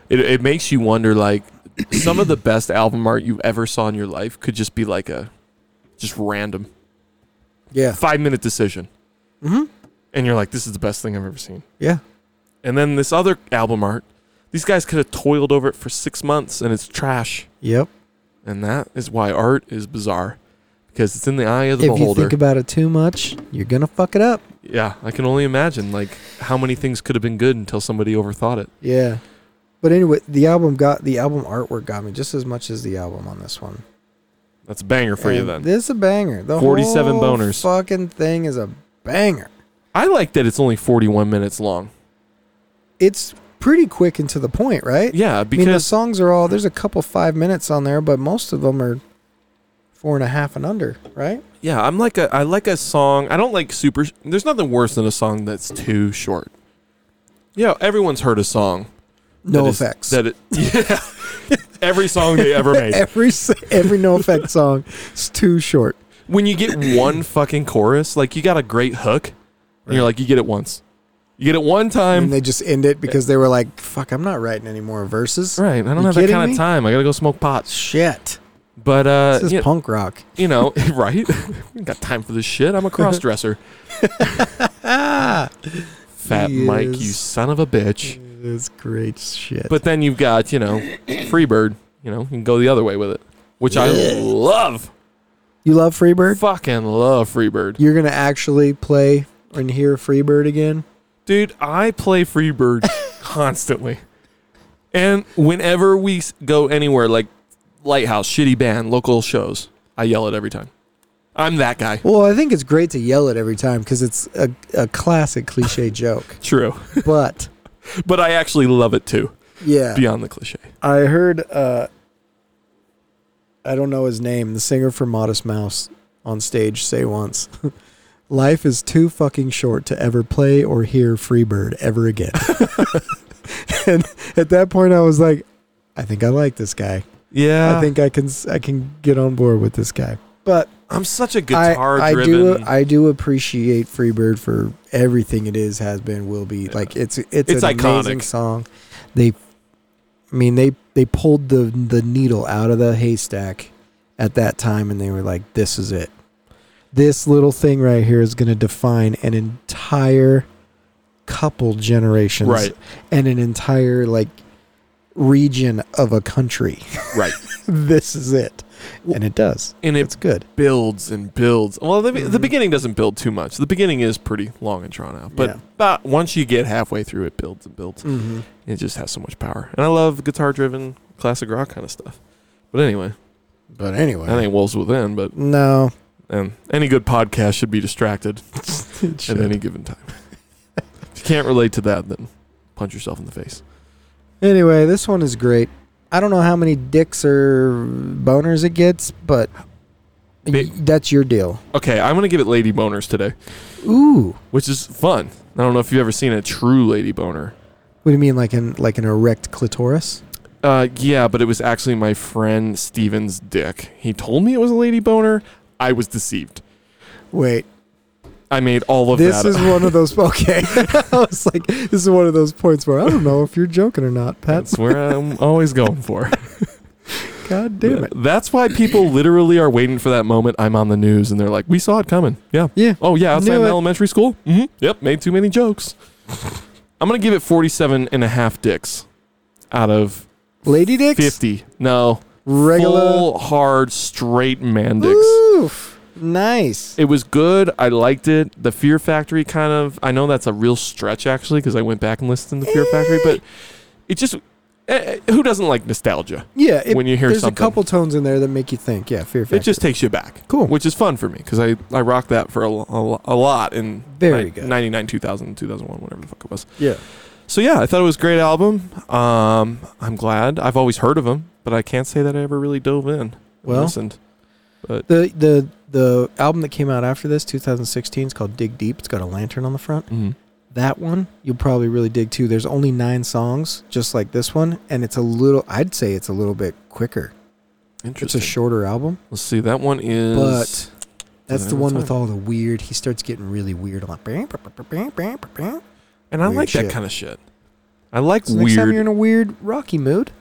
Speaker 2: it, it makes you wonder like <clears throat> some of the best album art you ever saw in your life could just be like a just random
Speaker 1: Yeah.
Speaker 2: five minute decision
Speaker 1: hmm
Speaker 2: and you're like this is the best thing i've ever seen
Speaker 1: Yeah.
Speaker 2: and then this other album art these guys could have toiled over it for six months and it's trash
Speaker 1: Yep.
Speaker 2: and that is why art is bizarre because it's in the eye of the
Speaker 1: If you
Speaker 2: beholder
Speaker 1: think about it too much, you're gonna fuck it up.
Speaker 2: yeah i can only imagine like how many things could have been good until somebody overthought it
Speaker 1: Yeah. But anyway, the album got the album artwork got me just as much as the album on this one.
Speaker 2: that's a banger for you
Speaker 1: And
Speaker 2: then
Speaker 1: This is a banger. The
Speaker 2: 47
Speaker 1: whole
Speaker 2: boners.
Speaker 1: Fucking thing is a banger.
Speaker 2: i like that it's only 41 minutes long
Speaker 1: It's pretty quick and to the point, right?
Speaker 2: yeah
Speaker 1: I mean, the
Speaker 2: because
Speaker 1: songs are all. There's a couple five minutes on there, but most of them are four and a half and under, right?
Speaker 2: Yeah, I'm like a I like a song. I don't like super. There's nothing worse than a song that's too short. Yeah, everyone's heard a song.
Speaker 1: No
Speaker 2: that is-
Speaker 1: effects. <laughs>
Speaker 2: that it, <laughs> yeah, every song they ever made.
Speaker 1: every s- every no effect song is too short.
Speaker 2: When you get one fucking chorus, like you got a great hook, and you're like, you get it once, you get it one
Speaker 1: And
Speaker 2: time.
Speaker 1: they just end it because they were like, "Fuck, I'm not writing any more verses."
Speaker 2: Right, I don't
Speaker 1: You
Speaker 2: have that
Speaker 1: kidding
Speaker 2: kind
Speaker 1: me?
Speaker 2: of time. I gotta go smoke pot.
Speaker 1: Shit,
Speaker 2: But uh,
Speaker 1: this is
Speaker 2: you,
Speaker 1: punk rock.
Speaker 2: you know, <laughs> right? We ain't got time for this shit. I'm a
Speaker 1: <laughs>
Speaker 2: cross dresser.
Speaker 1: Ah!
Speaker 2: Fat
Speaker 1: He
Speaker 2: Mike,
Speaker 1: is.
Speaker 2: you son of a bitch.
Speaker 1: It's great shit.
Speaker 2: <laughs> But then you've got, you know, Freebird. You know, you can go the other way with it, which I
Speaker 1: Yeah.
Speaker 2: love.
Speaker 1: you love Freebird?
Speaker 2: Fucking love Freebird.
Speaker 1: You're gonna actually play and hear Freebird again?
Speaker 2: Dude, I
Speaker 1: <laughs>
Speaker 2: play Freebird constantly. And whenever we s- go anywhere, like Lighthouse, shitty band, local shows. I yell it every time. I'm that guy.
Speaker 1: Well, I think it's great to yell it every time because it's a, a classic cliche <laughs> joke.
Speaker 2: True.
Speaker 1: But
Speaker 2: But I actually love it too,
Speaker 1: yeah,
Speaker 2: beyond the cliche.
Speaker 1: I heard. Uh, I don't know his name. The singer for Modest Mouse on stage say once, <laughs> "Life is too fucking short to ever play or hear Freebird ever again." <laughs> and at that point, I was like, "I think I like this guy.
Speaker 2: Yeah.
Speaker 1: I think I can I can get on board with this guy." But
Speaker 2: I'm such a
Speaker 1: I-
Speaker 2: guitar
Speaker 1: I,
Speaker 2: driven.
Speaker 1: do uh, I do appreciate Freebird for everything it is, has been, will be. Like it's it's,
Speaker 2: It's
Speaker 1: an amazing
Speaker 2: iconic.
Speaker 1: song. They, I mean they they pulled the the needle out of the haystack at that time, and they were like, "This is it. This little thing right here is going to define an entire couple generations,
Speaker 2: Right.
Speaker 1: and an entire like region of a country.
Speaker 2: right.
Speaker 1: <laughs> this is it, and it does.
Speaker 2: And it
Speaker 1: It's good."
Speaker 2: builds and builds. Well, the, the
Speaker 1: Mhm.
Speaker 2: beginning doesn't build too much. The beginning is pretty long and drawn out, but
Speaker 1: Yeah.
Speaker 2: about once you get halfway through, it builds and builds.
Speaker 1: Mm-hmm.
Speaker 2: It just has so much power. And I love guitar driven classic rock kind of stuff. But anyway,
Speaker 1: But anyway,
Speaker 2: that ain't Wolves Within, but <laughs>
Speaker 1: no.
Speaker 2: and any good podcast should be distracted at any given time. if you can't relate to that, then punch yourself in the face.
Speaker 1: Anyway, this one is great. I don't know how many dicks or boners it gets, but
Speaker 2: Bi-
Speaker 1: y- that's your deal.
Speaker 2: Okay, I'm gonna give it Lady Boners today,
Speaker 1: Ooh,
Speaker 2: which is fun. I don't know if you've ever seen a true Lady Boner.
Speaker 1: what do you mean, like an like an erect clitoris?
Speaker 2: Uh, yeah, but it was actually my friend Steven's dick. He told me it was a lady boner. I was deceived.
Speaker 1: Wait,
Speaker 2: I made all of
Speaker 1: this
Speaker 2: that.
Speaker 1: is
Speaker 2: up.
Speaker 1: one of
Speaker 2: <laughs>
Speaker 1: those. Okay, <laughs> I was like, this is one of those points where I don't know if you're joking or not, Pat.
Speaker 2: That's where I'm always going for.
Speaker 1: God damn it.
Speaker 2: That's
Speaker 1: <laughs>
Speaker 2: why people literally are waiting for that moment. I'm on the news, and they're like, "We saw it coming." Yeah.
Speaker 1: Yeah.
Speaker 2: Oh yeah, outside
Speaker 1: Knew
Speaker 2: in
Speaker 1: it.
Speaker 2: elementary school. Mm-hmm. Yep. Made too many jokes. I'm gonna give it 47 and a half dicks out of
Speaker 1: Lady dicks,
Speaker 2: 50. No,
Speaker 1: regular.
Speaker 2: full hard straight man dicks.
Speaker 1: Oof, nice.
Speaker 2: It was good. I liked it. The Fear Factory kind of. I know that's a real stretch actually because I went back and listened to Fear
Speaker 1: Eh.
Speaker 2: Factory, but it just. eh, eh, Who doesn't like nostalgia?
Speaker 1: yeah, it,
Speaker 2: when you hear
Speaker 1: there's
Speaker 2: something,
Speaker 1: a couple tones in there that make you think. Yeah, fear factor.
Speaker 2: it just takes you back.
Speaker 1: Cool.
Speaker 2: which is fun for me because I I rocked that for a, lo- a, lo- a lot in
Speaker 1: Very
Speaker 2: ni-
Speaker 1: good.
Speaker 2: 99, 2000, 2001, whatever the fuck it was.
Speaker 1: yeah.
Speaker 2: So yeah, I thought it was a great album. Um, I'm glad. I've always heard of him, but I can't say that I ever really dove in. and
Speaker 1: Well,
Speaker 2: listened.
Speaker 1: The the the album that came out after this, 2016, is called Dig Deep. It's got a lantern on the front.
Speaker 2: Mhm.
Speaker 1: That one you'll probably really dig too. There's only nine songs, just like this one, and it's a little. I'd say it's a little bit quicker. It's
Speaker 2: Interesting.
Speaker 1: a shorter album,
Speaker 2: Let's see. That one is.
Speaker 1: but that's the
Speaker 2: another
Speaker 1: one
Speaker 2: time.
Speaker 1: with all the weird. He starts getting really weird. I'm like, "Bam, bam, bam, bam, bam, bam, bam."
Speaker 2: and I
Speaker 1: weird
Speaker 2: like
Speaker 1: shit.
Speaker 2: that kind of shit. I like
Speaker 1: so next time you're
Speaker 2: weird.
Speaker 1: in a weird rocky mood,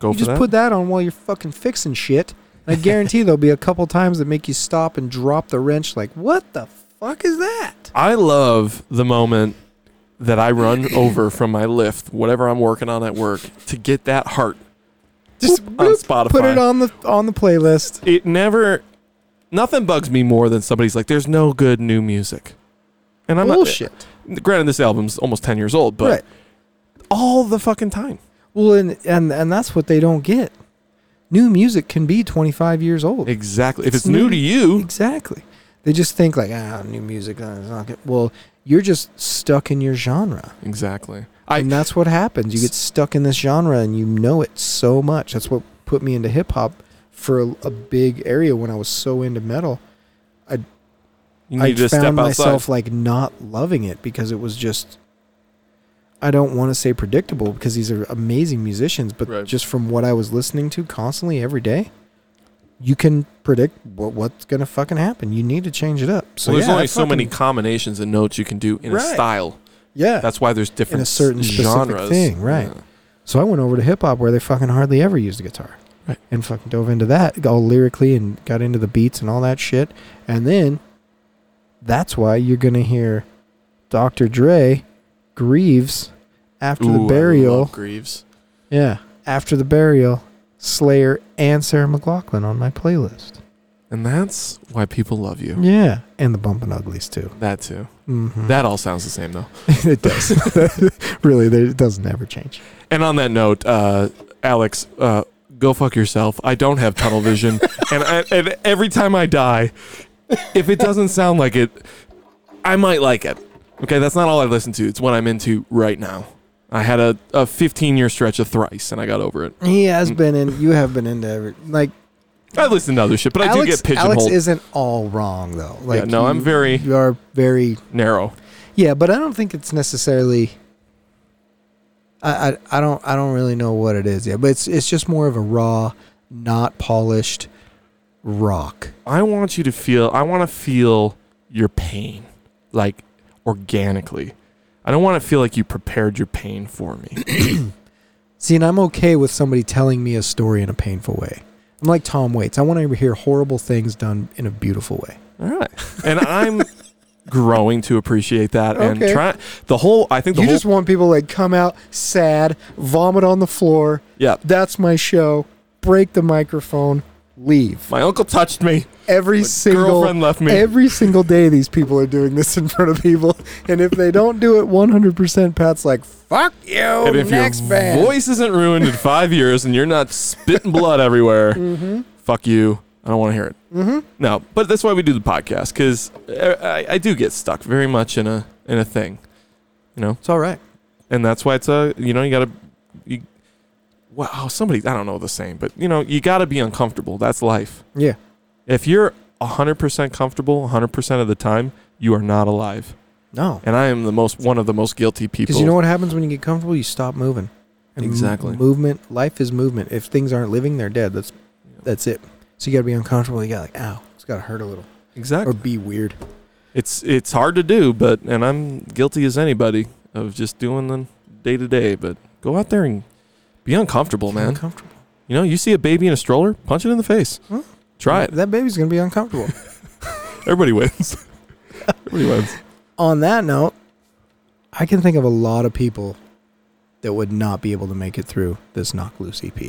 Speaker 2: Go
Speaker 1: you
Speaker 2: for
Speaker 1: just
Speaker 2: that.
Speaker 1: put that on while you're fucking fixing shit. And I guarantee there'll be a couple times that make you stop and drop the wrench. Like, what the fuck is that?
Speaker 2: I love the moment that I run <laughs> over from my lift, whatever I'm working on at work, to get that heart.
Speaker 1: Just
Speaker 2: Boop, on Spotify.
Speaker 1: Put it on the on the playlist.
Speaker 2: It never, nothing bugs me more than somebody's like, "There's no good new music," and I'm
Speaker 1: Bullshit.
Speaker 2: not. Granted, this album's almost ten years old, but
Speaker 1: right.
Speaker 2: all the fucking time.
Speaker 1: Well, and, and and that's what they don't get. New music can be 25 years old.
Speaker 2: Exactly. If
Speaker 1: It's
Speaker 2: it's new
Speaker 1: new.
Speaker 2: to you,
Speaker 1: Exactly. They just think like, ah, new music. Uh, it's not good. Well, you're just stuck in your genre,
Speaker 2: exactly. I
Speaker 1: and that's what happens. You get stuck in this genre, and you know it so much. That's what put me into hip hop for a, a big area when I was so into metal.
Speaker 2: you
Speaker 1: I
Speaker 2: need to step
Speaker 1: found
Speaker 2: outside.
Speaker 1: myself like not loving it because it was just I don't want to say predictable because these are amazing musicians, but
Speaker 2: Right.
Speaker 1: just from what I was listening to constantly every day, you can predict what, what's gonna fucking happen. You need to change it up. So
Speaker 2: Well, there's
Speaker 1: yeah, I
Speaker 2: only so many
Speaker 1: fucking-
Speaker 2: combinations and notes you can do in
Speaker 1: Right.
Speaker 2: a style.
Speaker 1: yeah.
Speaker 2: That's why there's different
Speaker 1: certain specific
Speaker 2: genres.
Speaker 1: thing, right.
Speaker 2: Yeah.
Speaker 1: So I went over to hip hop where they fucking hardly ever used a guitar.
Speaker 2: Right.
Speaker 1: And fucking dove into that all lyrically and got into the beats and all that shit. And then that's why you're going to hear Dr. Dre grieves after
Speaker 2: Ooh, I
Speaker 1: the
Speaker 2: love
Speaker 1: burial.
Speaker 2: Greaves.
Speaker 1: Yeah. After the burial, Slayer and Sarah McLaughlin on my playlist.
Speaker 2: And that's why people love you.
Speaker 1: Yeah. And the Bumpin' Uglies too.
Speaker 2: That too.
Speaker 1: Mm-hmm.
Speaker 2: That all sounds the same though.
Speaker 1: <laughs> it <laughs> does. really, there- it doesn't ever change.
Speaker 2: And on that note, uh, Alex, uh, go fuck yourself. I don't have tunnel vision,
Speaker 1: <laughs>
Speaker 2: and I, and every time I die, if it doesn't sound like it, I might like it. Okay, that's not all I listen to. It's what I'm into right now. I had a, a 15 year stretch of thrice, and I got over it.
Speaker 1: He has been in. You have been into every like.
Speaker 2: I listen to other shit, but I do
Speaker 1: Alex,
Speaker 2: get pigeonholed.
Speaker 1: Alex isn't all wrong though. Like
Speaker 2: yeah, no,
Speaker 1: you-
Speaker 2: I'm very
Speaker 1: You are very
Speaker 2: narrow.
Speaker 1: yeah, but I don't think it's necessarily. I, I I don't I don't really know what it is yet, but it's it's just more of a raw, not polished, rock.
Speaker 2: I want you to feel. I want to feel your pain, like organically. I don't want to feel like you prepared your pain for me.
Speaker 1: See, and I'm okay with somebody telling me a story in a painful way. I'm like Tom Waits. I want to hear horrible things done in a beautiful way.
Speaker 2: All right. And I'm growing to appreciate that and
Speaker 1: Okay.
Speaker 2: try the whole I think the
Speaker 1: you
Speaker 2: whole
Speaker 1: just want people like come out sad, vomit on the floor.
Speaker 2: yeah.
Speaker 1: That's my show. Break the microphone. Leave.
Speaker 2: My uncle touched me.
Speaker 1: Every
Speaker 2: My
Speaker 1: single
Speaker 2: girlfriend left me.
Speaker 1: every single day these people are doing this in front of people, and if they don't do it 100%, Pat's like, "Fuck you,
Speaker 2: and if
Speaker 1: next
Speaker 2: your
Speaker 1: band."
Speaker 2: voice isn't ruined in 5 years and you're not spitting blood everywhere,
Speaker 1: Mm-hmm.
Speaker 2: fuck you. I don't want to hear it.
Speaker 1: Mhm.
Speaker 2: No, but that's why we do the podcast cuz I, I do get stuck very much in a in a thing. You know?
Speaker 1: It's all right.
Speaker 2: and that's why it's a you know you gotta you wow somebody i don't know the same but you know you gotta be uncomfortable that's life
Speaker 1: Yeah.
Speaker 2: if you're 100% comfortable 100% of the time you are not alive
Speaker 1: No.
Speaker 2: and i am the most one of the most guilty people
Speaker 1: Because you know what happens when you get comfortable? You stop moving. And m-
Speaker 2: Exactly.
Speaker 1: movement, life is movement. If things aren't living, they're dead. That's that's it. So you got to be uncomfortable. You got to like, ow, it's got to hurt a little,
Speaker 2: exactly
Speaker 1: or be weird.
Speaker 2: it's it's hard to do but and i'm guilty as anybody of just doing the day to day but go out there and be uncomfortable man
Speaker 1: uncomfortable.
Speaker 2: you know you see a baby in a stroller punch it in the face
Speaker 1: Huh?
Speaker 2: try it
Speaker 1: That baby's gonna be uncomfortable.
Speaker 2: everybody wins <laughs> everybody wins
Speaker 1: On that note, I can think of a lot of people that would not be able to make it through this knock loose EP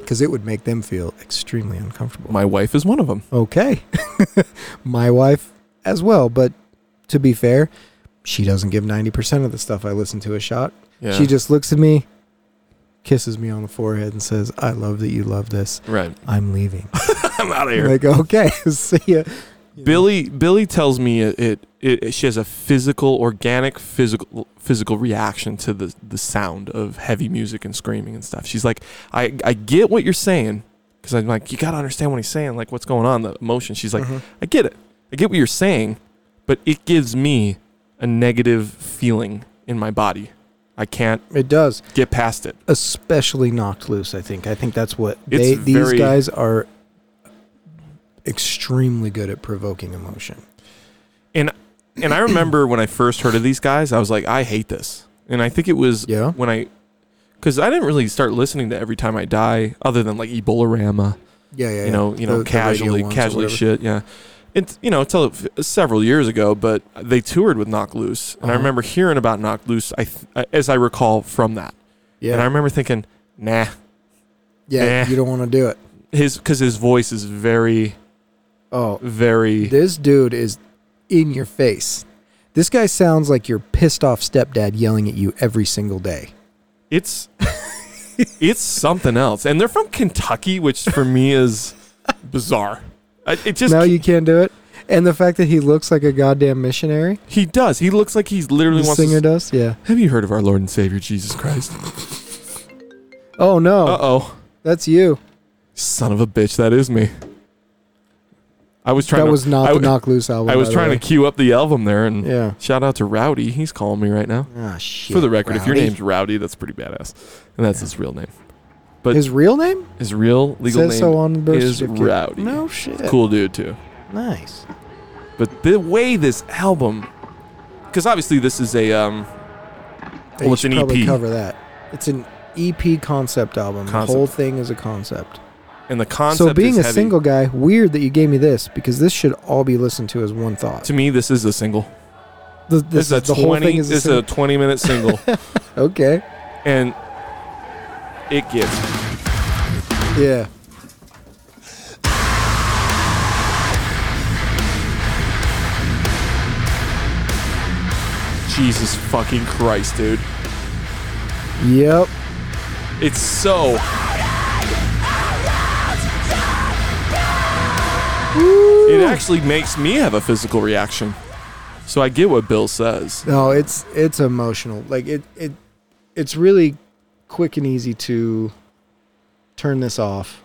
Speaker 1: because it would make them feel extremely uncomfortable.
Speaker 2: my wife is one of them
Speaker 1: okay. <laughs> My wife as well, but to be fair, she doesn't give 90% of the stuff I listen to a shot.
Speaker 2: yeah
Speaker 1: She just looks at me, kisses me on the forehead, and says, I love that you love this.
Speaker 2: right
Speaker 1: I'm leaving.
Speaker 2: <laughs> I'm out of
Speaker 1: I'm <laughs>
Speaker 2: here.
Speaker 1: like, okay, see ya.
Speaker 2: Billy Billy tells me it, it, it she has a physical, organic physical physical reaction to the the sound of heavy music and screaming and stuff. She's like, I I get what you're saying because I'm like, you gotta understand what he's saying, like what's going on, the emotion. She's like,
Speaker 1: Mhm.
Speaker 2: I get it, I get what you're saying, but it gives me a negative feeling in my body. I can't
Speaker 1: It does.
Speaker 2: get past it.
Speaker 1: Especially knocked loose, I think. I think that's what
Speaker 2: It's
Speaker 1: they, these
Speaker 2: very-
Speaker 1: guys are extremely good at provoking emotion.
Speaker 2: and I remember when I first heard of these guys, I was like, I hate this. And I think it was
Speaker 1: Yeah.
Speaker 2: when I, because I didn't really start listening to Every Time I Die, other than like Ebola Rama,
Speaker 1: Yeah, yeah.
Speaker 2: you know, you know, casually, casually shit, yeah. It's you know until f- several years ago, but they toured with Knock Loose, and I
Speaker 1: Uh-huh.
Speaker 2: remember hearing about Knock Loose, I th- I- as I recall from that, and I
Speaker 1: Yeah,
Speaker 2: remember thinking, nah,
Speaker 1: yeah.
Speaker 2: Eh.
Speaker 1: You don't want to do it.
Speaker 2: his because his voice is very,
Speaker 1: Oh,
Speaker 2: very
Speaker 1: This dude is in your face. This guy sounds like your pissed off stepdad yelling at you every single day.
Speaker 2: It's <laughs> it's something else, and they're from Kentucky, which for me is bizarre. I- It just
Speaker 1: Now you can't do it. And the fact that he looks like a goddamn missionary,
Speaker 2: he does. He looks like he's literally
Speaker 1: the
Speaker 2: wants. To,
Speaker 1: singer
Speaker 2: s-
Speaker 1: does. Yeah.
Speaker 2: have you heard of our Lord and Savior Jesus Christ?
Speaker 1: Oh no,
Speaker 2: Uh oh,
Speaker 1: that's you.
Speaker 2: son of a bitch, that is me. I was trying.
Speaker 1: That
Speaker 2: to,
Speaker 1: was not
Speaker 2: I,
Speaker 1: the
Speaker 2: w-
Speaker 1: Knock Loose album.
Speaker 2: I was trying to queue up the album there, and
Speaker 1: Yeah.
Speaker 2: shout out to Rowdy. He's calling me right now.
Speaker 1: Ah shit.
Speaker 2: For the record, if your
Speaker 1: Rowdy.
Speaker 2: name's Rowdy, that's pretty badass, and that's his real name. But his,
Speaker 1: his real name
Speaker 2: real legal name
Speaker 1: says so on the birth
Speaker 2: is
Speaker 1: certificate.
Speaker 2: Rowdy.
Speaker 1: No shit.
Speaker 2: Cool dude too.
Speaker 1: Nice.
Speaker 2: But the way this album, because obviously this is a um,
Speaker 1: They
Speaker 2: Well, it's
Speaker 1: should
Speaker 2: an E
Speaker 1: probably
Speaker 2: EP.
Speaker 1: Cover that. It's an EP concept album. The whole
Speaker 2: Concept.
Speaker 1: thing is a concept.
Speaker 2: and the concept.
Speaker 1: so being
Speaker 2: is
Speaker 1: a
Speaker 2: heavy.
Speaker 1: single guy, weird that you gave me this because this should all be listened to as one thought.
Speaker 2: to me, this is a single.
Speaker 1: The,
Speaker 2: This,
Speaker 1: this,
Speaker 2: is a
Speaker 1: is the
Speaker 2: twenty.
Speaker 1: whole thing is
Speaker 2: this is a
Speaker 1: a,
Speaker 2: twenty-minute
Speaker 1: <laughs>
Speaker 2: single,
Speaker 1: a okay,
Speaker 2: and it gets
Speaker 1: yeah,
Speaker 2: Jesus fucking Christ, dude.
Speaker 1: yep.
Speaker 2: It's so. It actually makes me have a physical reaction. So I get what Bill says.
Speaker 1: No, it's it's emotional. Like it it it's really quick and easy to turn this off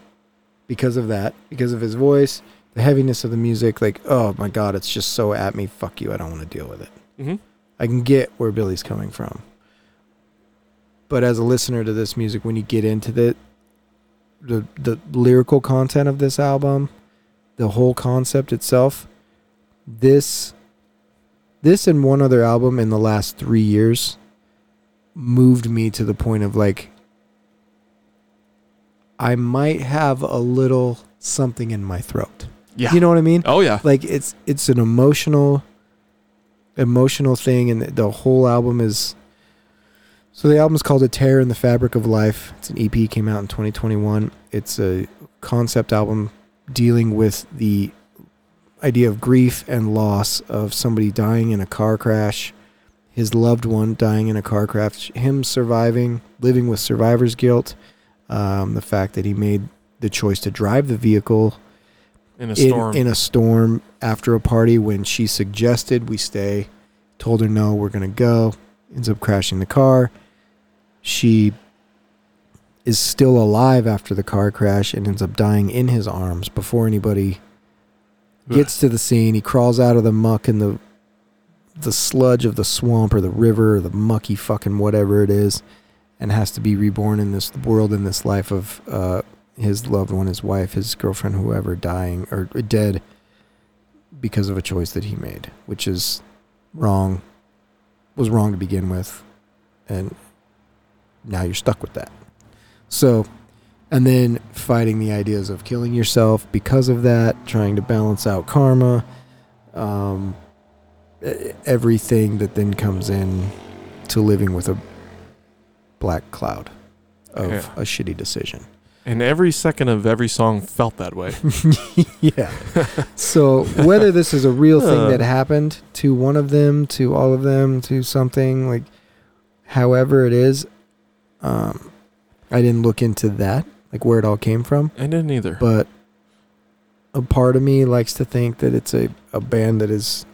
Speaker 1: because of that, because of his voice, the heaviness of the music. Like, oh my god, it's just so at me. Fuck you. I don't want to deal with it.
Speaker 2: Mhm.
Speaker 1: I can get where Billy's coming from. But as a listener to this music, when you get into the the the lyrical content of this album, the whole concept itself, this this and one other album in the last three years moved me to the point of like I might have a little something in my throat.
Speaker 2: Yeah.
Speaker 1: You know what I mean?
Speaker 2: oh yeah.
Speaker 1: Like it's it's an emotional emotional thing and the whole album is so the album's called A Tear in the Fabric of Life. It's an EP came out in 2021. It's a concept album dealing with the idea of grief and loss of somebody dying in a car crash, his loved one dying in a car crash, him surviving, living with survivor's guilt, um, the fact that he made the choice to drive the vehicle
Speaker 2: In a
Speaker 1: in-
Speaker 2: storm.
Speaker 1: In, a storm after a party when she suggested we stay, told her no, we're gonna go. Ends up crashing the car. She is still alive after the car crash and ends up dying in his arms before anybody gets to the scene. He crawls out of the muck and the the sludge of the swamp or the river or the mucky fucking whatever it is, and has to be reborn in this world in this life of uh, his loved one, his wife, his girlfriend, whoever, dying or dead because of a choice that he made, which is wrong, was wrong to begin with, and now you're stuck with that. So, and then fighting the ideas of killing yourself because of that, trying to balance out karma, um, e- everything that then comes in to living with a black cloud of
Speaker 2: Yeah.
Speaker 1: a shitty decision.
Speaker 2: and every second of every song felt that way.
Speaker 1: <laughs> yeah. So whether this is a real thing
Speaker 2: Huh.
Speaker 1: that happened to one of them, to all of them, to something like, however it is, um, I didn't look into that, like where it all came from.
Speaker 2: I didn't either.
Speaker 1: But a part of me likes to think that it's a, a band that is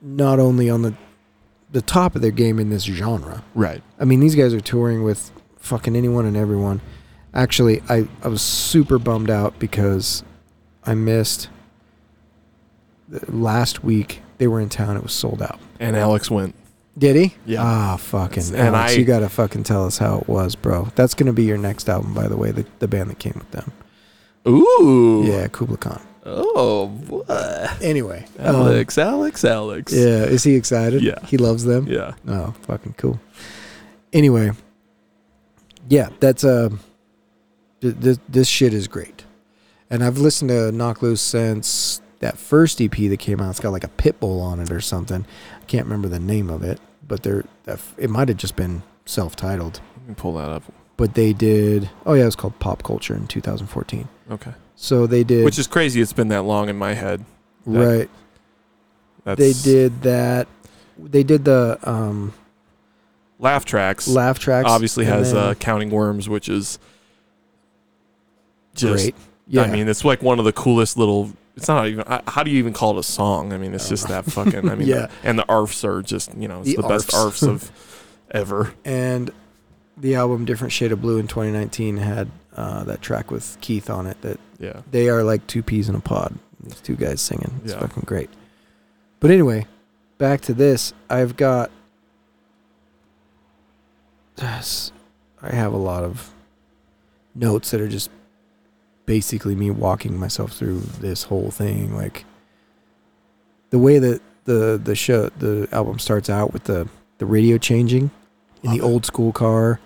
Speaker 1: not only on the the top of their game in this genre,
Speaker 2: right.
Speaker 1: I mean, these guys are touring with fucking anyone and everyone. Actually, I, I was super bummed out because I missed the- last week. They were in town. It was sold out.
Speaker 2: And Alex went.
Speaker 1: Did he?
Speaker 2: Yeah.
Speaker 1: Ah, fucking.
Speaker 2: And
Speaker 1: Alex,
Speaker 2: I-
Speaker 1: you gotta fucking tell us how it was, bro. That's gonna be your next album, by the way. The, the band that came with them.
Speaker 2: Ooh.
Speaker 1: Yeah, Kubla Khan.
Speaker 2: Oh, what?
Speaker 1: Anyway, um,
Speaker 2: Alex, Alex, Alex.
Speaker 1: yeah, is he excited?
Speaker 2: Yeah.
Speaker 1: he loves them.
Speaker 2: Yeah.
Speaker 1: Oh, fucking cool. Anyway, yeah, that's uh, th- th- this shit is great, and I've listened to Knock Loose since that first EP that came out. It's got like a pit bull on it or something. I can't remember the name of it, but they're that f- it might have just been self-titled.
Speaker 2: Let me pull that up.
Speaker 1: But they did. Oh yeah, it was called Pop Culture in 2014.
Speaker 2: Okay.
Speaker 1: So they did
Speaker 2: Which is crazy. It's been that long in my head.
Speaker 1: right.
Speaker 2: That's
Speaker 1: They did that. They did the um,
Speaker 2: laugh tracks.
Speaker 1: laugh tracks.
Speaker 2: obviously
Speaker 1: and
Speaker 2: has
Speaker 1: then-
Speaker 2: uh, counting worms, which is just.
Speaker 1: great. Yeah,
Speaker 2: I mean, it's like one of the coolest little. It's not even. I- How do you even call it a song? I mean, it's just that
Speaker 1: <laughs>
Speaker 2: fucking. I mean,
Speaker 1: Oh. Yeah.
Speaker 2: and the arfs are just you know it's
Speaker 1: The
Speaker 2: the, best
Speaker 1: arfs. <laughs>
Speaker 2: arfs of ever.
Speaker 1: and the album Different Shade of Blue in 2019 had uh, that track with Keith on it that
Speaker 2: Yeah.
Speaker 1: they are like two peas in a pod. These two guys singing. It's
Speaker 2: Yeah.
Speaker 1: fucking great. But anyway, back to this. I've got. Yes, I have a lot of notes that are just basically me walking myself through this whole thing. Like the way that the the show the album starts out with the the radio changing in the
Speaker 2: Love it.
Speaker 1: old school car,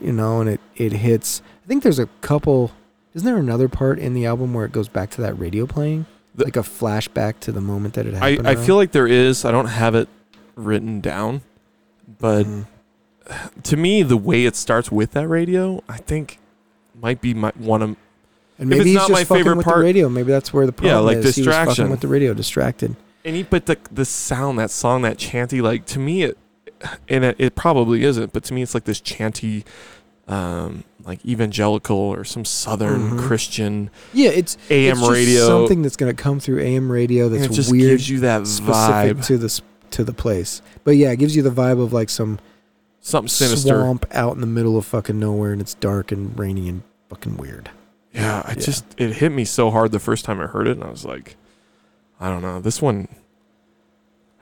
Speaker 1: you know, and it it hits. I think there's a couple. Isn't there another part in the album where it goes back to that radio playing,
Speaker 2: The-
Speaker 1: like a flashback to the moment that it
Speaker 2: I,
Speaker 1: happened?
Speaker 2: I
Speaker 1: around?
Speaker 2: feel like there is. I don't have it written down, but
Speaker 1: Mhm.
Speaker 2: to me, the way it starts with that radio, I think might be my one of
Speaker 1: And
Speaker 2: If
Speaker 1: maybe
Speaker 2: it's
Speaker 1: he's
Speaker 2: not
Speaker 1: just
Speaker 2: my
Speaker 1: fucking
Speaker 2: favorite
Speaker 1: with the
Speaker 2: part-
Speaker 1: radio. Maybe that's where the
Speaker 2: Yeah,
Speaker 1: problem
Speaker 2: like
Speaker 1: is. He was fucking
Speaker 2: distraction.
Speaker 1: with the radio, distracted.
Speaker 2: any. But the the sound, that song, that chanty, like to me, it and it, it probably isn't. But to me, it's like this chanty um, like evangelical or some Southern
Speaker 1: Mhm.
Speaker 2: Christian
Speaker 1: Yeah, it's
Speaker 2: AM
Speaker 1: it's just
Speaker 2: radio.
Speaker 1: something that's going to come through AM radio.
Speaker 2: and
Speaker 1: That's
Speaker 2: it just
Speaker 1: weird,
Speaker 2: gives you that
Speaker 1: specific
Speaker 2: vibe,
Speaker 1: to the s- to the place. But yeah, it gives you the vibe of like some
Speaker 2: something sinister.
Speaker 1: swamp out in the middle of fucking nowhere, and it's dark and rainy and fucking weird.
Speaker 2: Yeah, I
Speaker 1: Yeah.
Speaker 2: just it hit me so hard the first time I heard it, and I was like, I don't know, this one,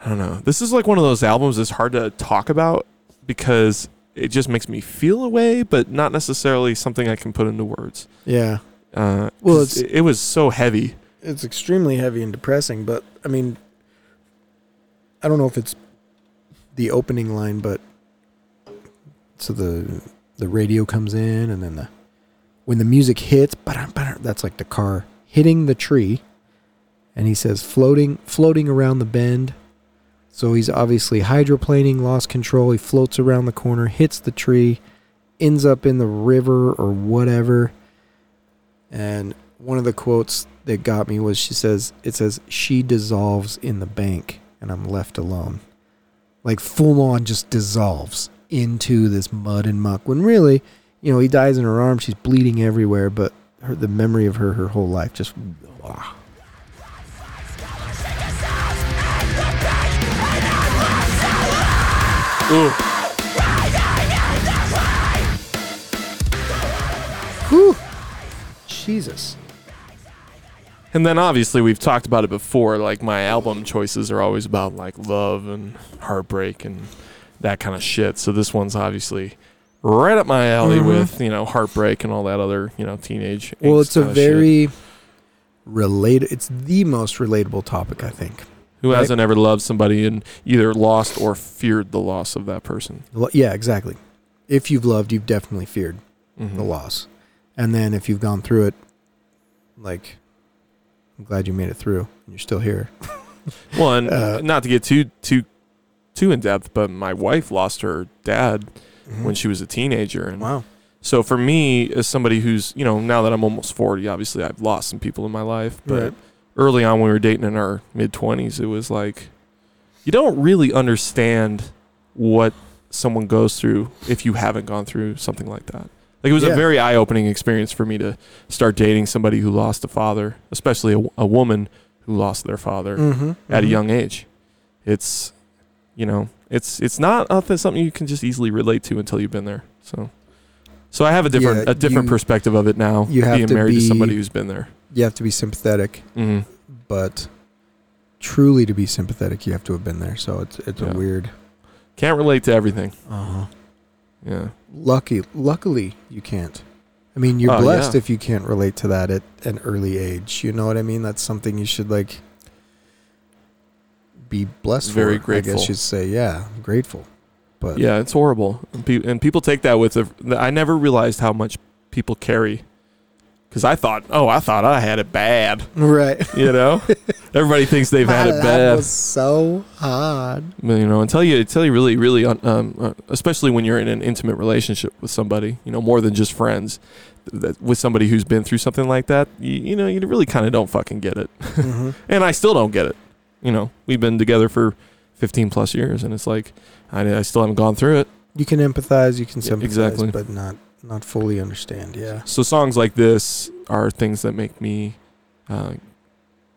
Speaker 2: I don't know. This is like one of those albums that's hard to talk about because it just makes me feel a way, but not necessarily something I can put into words.
Speaker 1: Yeah,
Speaker 2: Uh,
Speaker 1: Well,
Speaker 2: 'cause
Speaker 1: it's-
Speaker 2: it, it was so heavy.
Speaker 1: it's extremely heavy and depressing. But I mean, I don't know if it's the opening line, but so the the radio comes in, and then the when the music hits, ba-dum, ba-dum, that's like the car hitting the tree, and he says floating floating around the bend. So he's obviously hydroplaning, lost control. He floats around the corner, hits the tree, ends up in the river or whatever. And one of the quotes that got me was she says, It says, she dissolves in the bank and I'm left alone. Like full on just dissolves into this mud and muck. When really, you know, he dies in her arms. She's bleeding everywhere, but her, the memory of her her whole life just. ah.
Speaker 2: Ooh,
Speaker 1: Whew. Jesus.
Speaker 2: And then obviously we've talked about it before. Like my album choices are always about like love and heartbreak and that kind of shit. So this one's obviously right up my alley
Speaker 1: Mhm.
Speaker 2: with you know heartbreak and all that other you know teenage.
Speaker 1: Well,
Speaker 2: angst
Speaker 1: it's a
Speaker 2: kinda shit.
Speaker 1: very related. It's the most relatable topic, I think.
Speaker 2: who hasn't ever loved somebody and either lost or feared the loss of that person.
Speaker 1: Lo- Yeah, exactly. If you've loved, you've definitely feared.
Speaker 2: Mhm.
Speaker 1: the loss. And then if you've gone through it, like, I'm glad you made it through and you're still here.
Speaker 2: Well, and
Speaker 1: Uh,
Speaker 2: not to get too too too in depth, but my wife lost her dad
Speaker 1: Mm-hmm.
Speaker 2: when she was a teenager, and
Speaker 1: wow.
Speaker 2: So for me, as somebody who's you know now that I'm almost forty, obviously I've lost some people in my life. But
Speaker 1: Right.
Speaker 2: early on, when we were dating in our mid twenties, it was like you don't really understand what someone goes through if you haven't gone through something like that. Like it was
Speaker 1: Yeah.
Speaker 2: a very eye opening experience for me to start dating somebody who lost a father, especially a, a woman who lost their father
Speaker 1: Mm-hmm.
Speaker 2: at a young age. It's you know, it's it's not a th- something you can just easily relate to until you've been there. So so I have a different
Speaker 1: Yeah,
Speaker 2: a different
Speaker 1: you-
Speaker 2: perspective of it now.
Speaker 1: you have
Speaker 2: being
Speaker 1: to
Speaker 2: married to somebody
Speaker 1: be-
Speaker 2: who's been there.
Speaker 1: You have to be sympathetic,
Speaker 2: hmm
Speaker 1: but truly to be sympathetic, you have to have been there. So it's it's
Speaker 2: Yeah.
Speaker 1: a weird.
Speaker 2: Can't relate to everything.
Speaker 1: Uh-huh.
Speaker 2: Yeah.
Speaker 1: Lucky, luckily, you can't. I mean, you're
Speaker 2: Oh,
Speaker 1: blessed
Speaker 2: yeah.
Speaker 1: if you can't relate to that at an early age. You know what I mean? That's something you should like be blessed
Speaker 2: Very
Speaker 1: for. I
Speaker 2: grateful.
Speaker 1: guess you'd say, yeah, I'm grateful. But
Speaker 2: Yeah, it's horrible. And, pe- and people take that with a, I never realized how much people carry cuz I thought, "Oh, I thought I had it bad."
Speaker 1: <laughs> right. <laughs>
Speaker 2: You know? Everybody thinks they've had it bad.
Speaker 1: so hard.
Speaker 2: Well, you know until you until you really really un- um, uh, especially when you're in an intimate relationship with somebody you know more than just friends th- that, with somebody who's been through something like that you, you know you really kind of don't fucking get it
Speaker 1: Mm-hmm.
Speaker 2: <laughs> and i still don't get it you know we've been together for 15 plus years and it's like i, I still haven't gone through it
Speaker 1: You can empathize, you can
Speaker 2: Yeah,
Speaker 1: sympathize,
Speaker 2: exactly.
Speaker 1: but not not fully understand. Yeah,
Speaker 2: so songs like this are things that make me uh,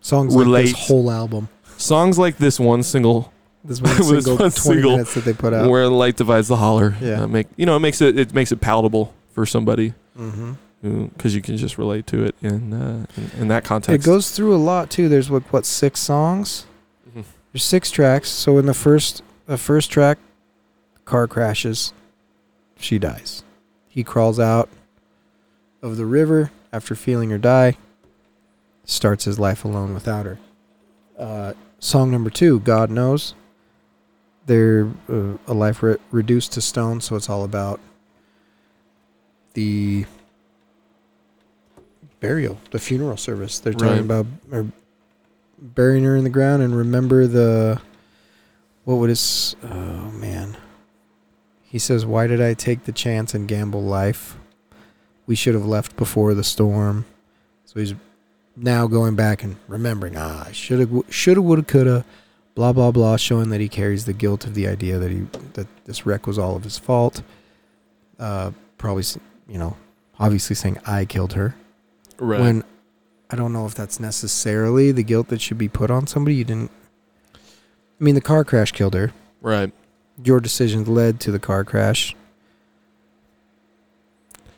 Speaker 1: songs like
Speaker 2: Relate.
Speaker 1: this whole album,
Speaker 2: songs like this one single
Speaker 1: this one
Speaker 2: <laughs> This
Speaker 1: single,
Speaker 2: one
Speaker 1: twenty
Speaker 2: single
Speaker 1: minutes that they put out.
Speaker 2: where the light divides the holler
Speaker 1: Yeah.
Speaker 2: uh, make you know it makes it it makes it palatable for somebody
Speaker 1: Mm-hmm.
Speaker 2: because you can just relate to it in uh, in, in that
Speaker 1: It
Speaker 2: context.
Speaker 1: goes through a lot too. There's like what six songs?
Speaker 2: Mhm.
Speaker 1: There's six tracks. So in the first the first track, car crashes, she dies. He crawls out of the river after feeling her die. Starts his life alone without her. Uh, song number two, God knows. They're uh, a life re- reduced to stone, so it's all about the burial, the funeral service. They're
Speaker 2: Right.
Speaker 1: talking about or burying her in the ground and remember the what would his oh man he says why did i take the chance and gamble life we should have left before the storm so he's now going back and remembering ah should have should have would have could have blah blah blah showing that he carries the guilt of the idea that he that this wreck was all of his fault uh probably, s- you know, obviously saying I killed her.
Speaker 2: Right.
Speaker 1: When I don't know if that's necessarily the guilt that should be put on somebody. You didn't. I mean, the car crash killed her.
Speaker 2: right.
Speaker 1: Your decisions led to the car crash.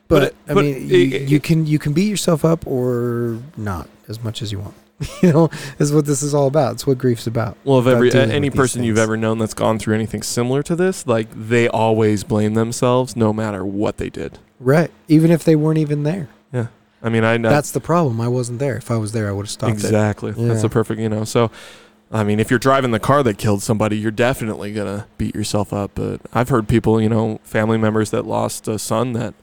Speaker 1: But,
Speaker 2: But-
Speaker 1: I
Speaker 2: but
Speaker 1: mean,
Speaker 2: it-
Speaker 1: you,
Speaker 2: it-
Speaker 1: you can you can beat yourself up or not as much as you want. <laughs> you know, is what this is all about. It's what grief's about.
Speaker 2: Well, if
Speaker 1: about
Speaker 2: every
Speaker 1: dealing
Speaker 2: any
Speaker 1: with these
Speaker 2: person you've
Speaker 1: things.
Speaker 2: ever known that's gone through anything similar to this, like they always blame themselves no matter what they did.
Speaker 1: Right. Even if they weren't even there.
Speaker 2: I mean, I know
Speaker 1: That's the problem. I wasn't there. If I was there, I would have stopped it.
Speaker 2: exactly. That's
Speaker 1: Yeah.
Speaker 2: the perfect, you know. So, I mean, if you're driving the car that killed somebody, you're definitely gonna beat yourself up. But I've heard people, you know, family members that lost a son that,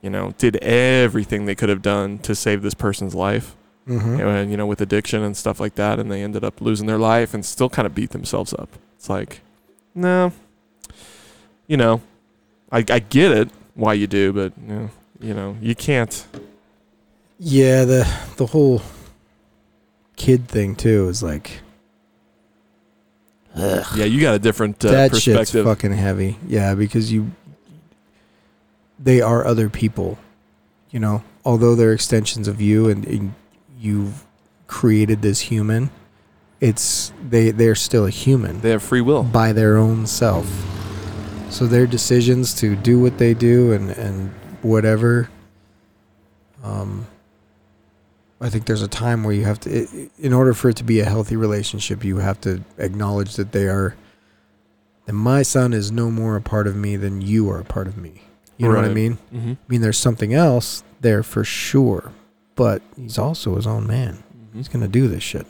Speaker 2: you know, did everything they could have done to save this person's life,
Speaker 1: Mm-hmm.
Speaker 2: and you know, with addiction and stuff like that, and they ended up losing their life and still kind of beat themselves up. It's like, no, you know, I, I get it why you do, but you know, you know, you can't.
Speaker 1: Yeah, the the whole kid thing too is like <sighs>
Speaker 2: Yeah, you got a different uh,
Speaker 1: that shit's
Speaker 2: perspective.
Speaker 1: fucking heavy. Yeah, because you they are other people, you know. Although they're extensions of you, and, and you've created this human, it's they they're still a human.
Speaker 2: They have free will.
Speaker 1: by their own self. So their decisions to do what they do and and whatever. Um, I think there's a time where you have to, i- i- in order for it to be a healthy relationship, you have to acknowledge that they are. That my son is no more a part of me than you are a part of me. You know what I
Speaker 2: Right.
Speaker 1: mean?
Speaker 2: Mm-hmm.
Speaker 1: I mean, there's something else there for sure, but he's also his own man.
Speaker 2: Mm-hmm.
Speaker 1: He's gonna do this shit.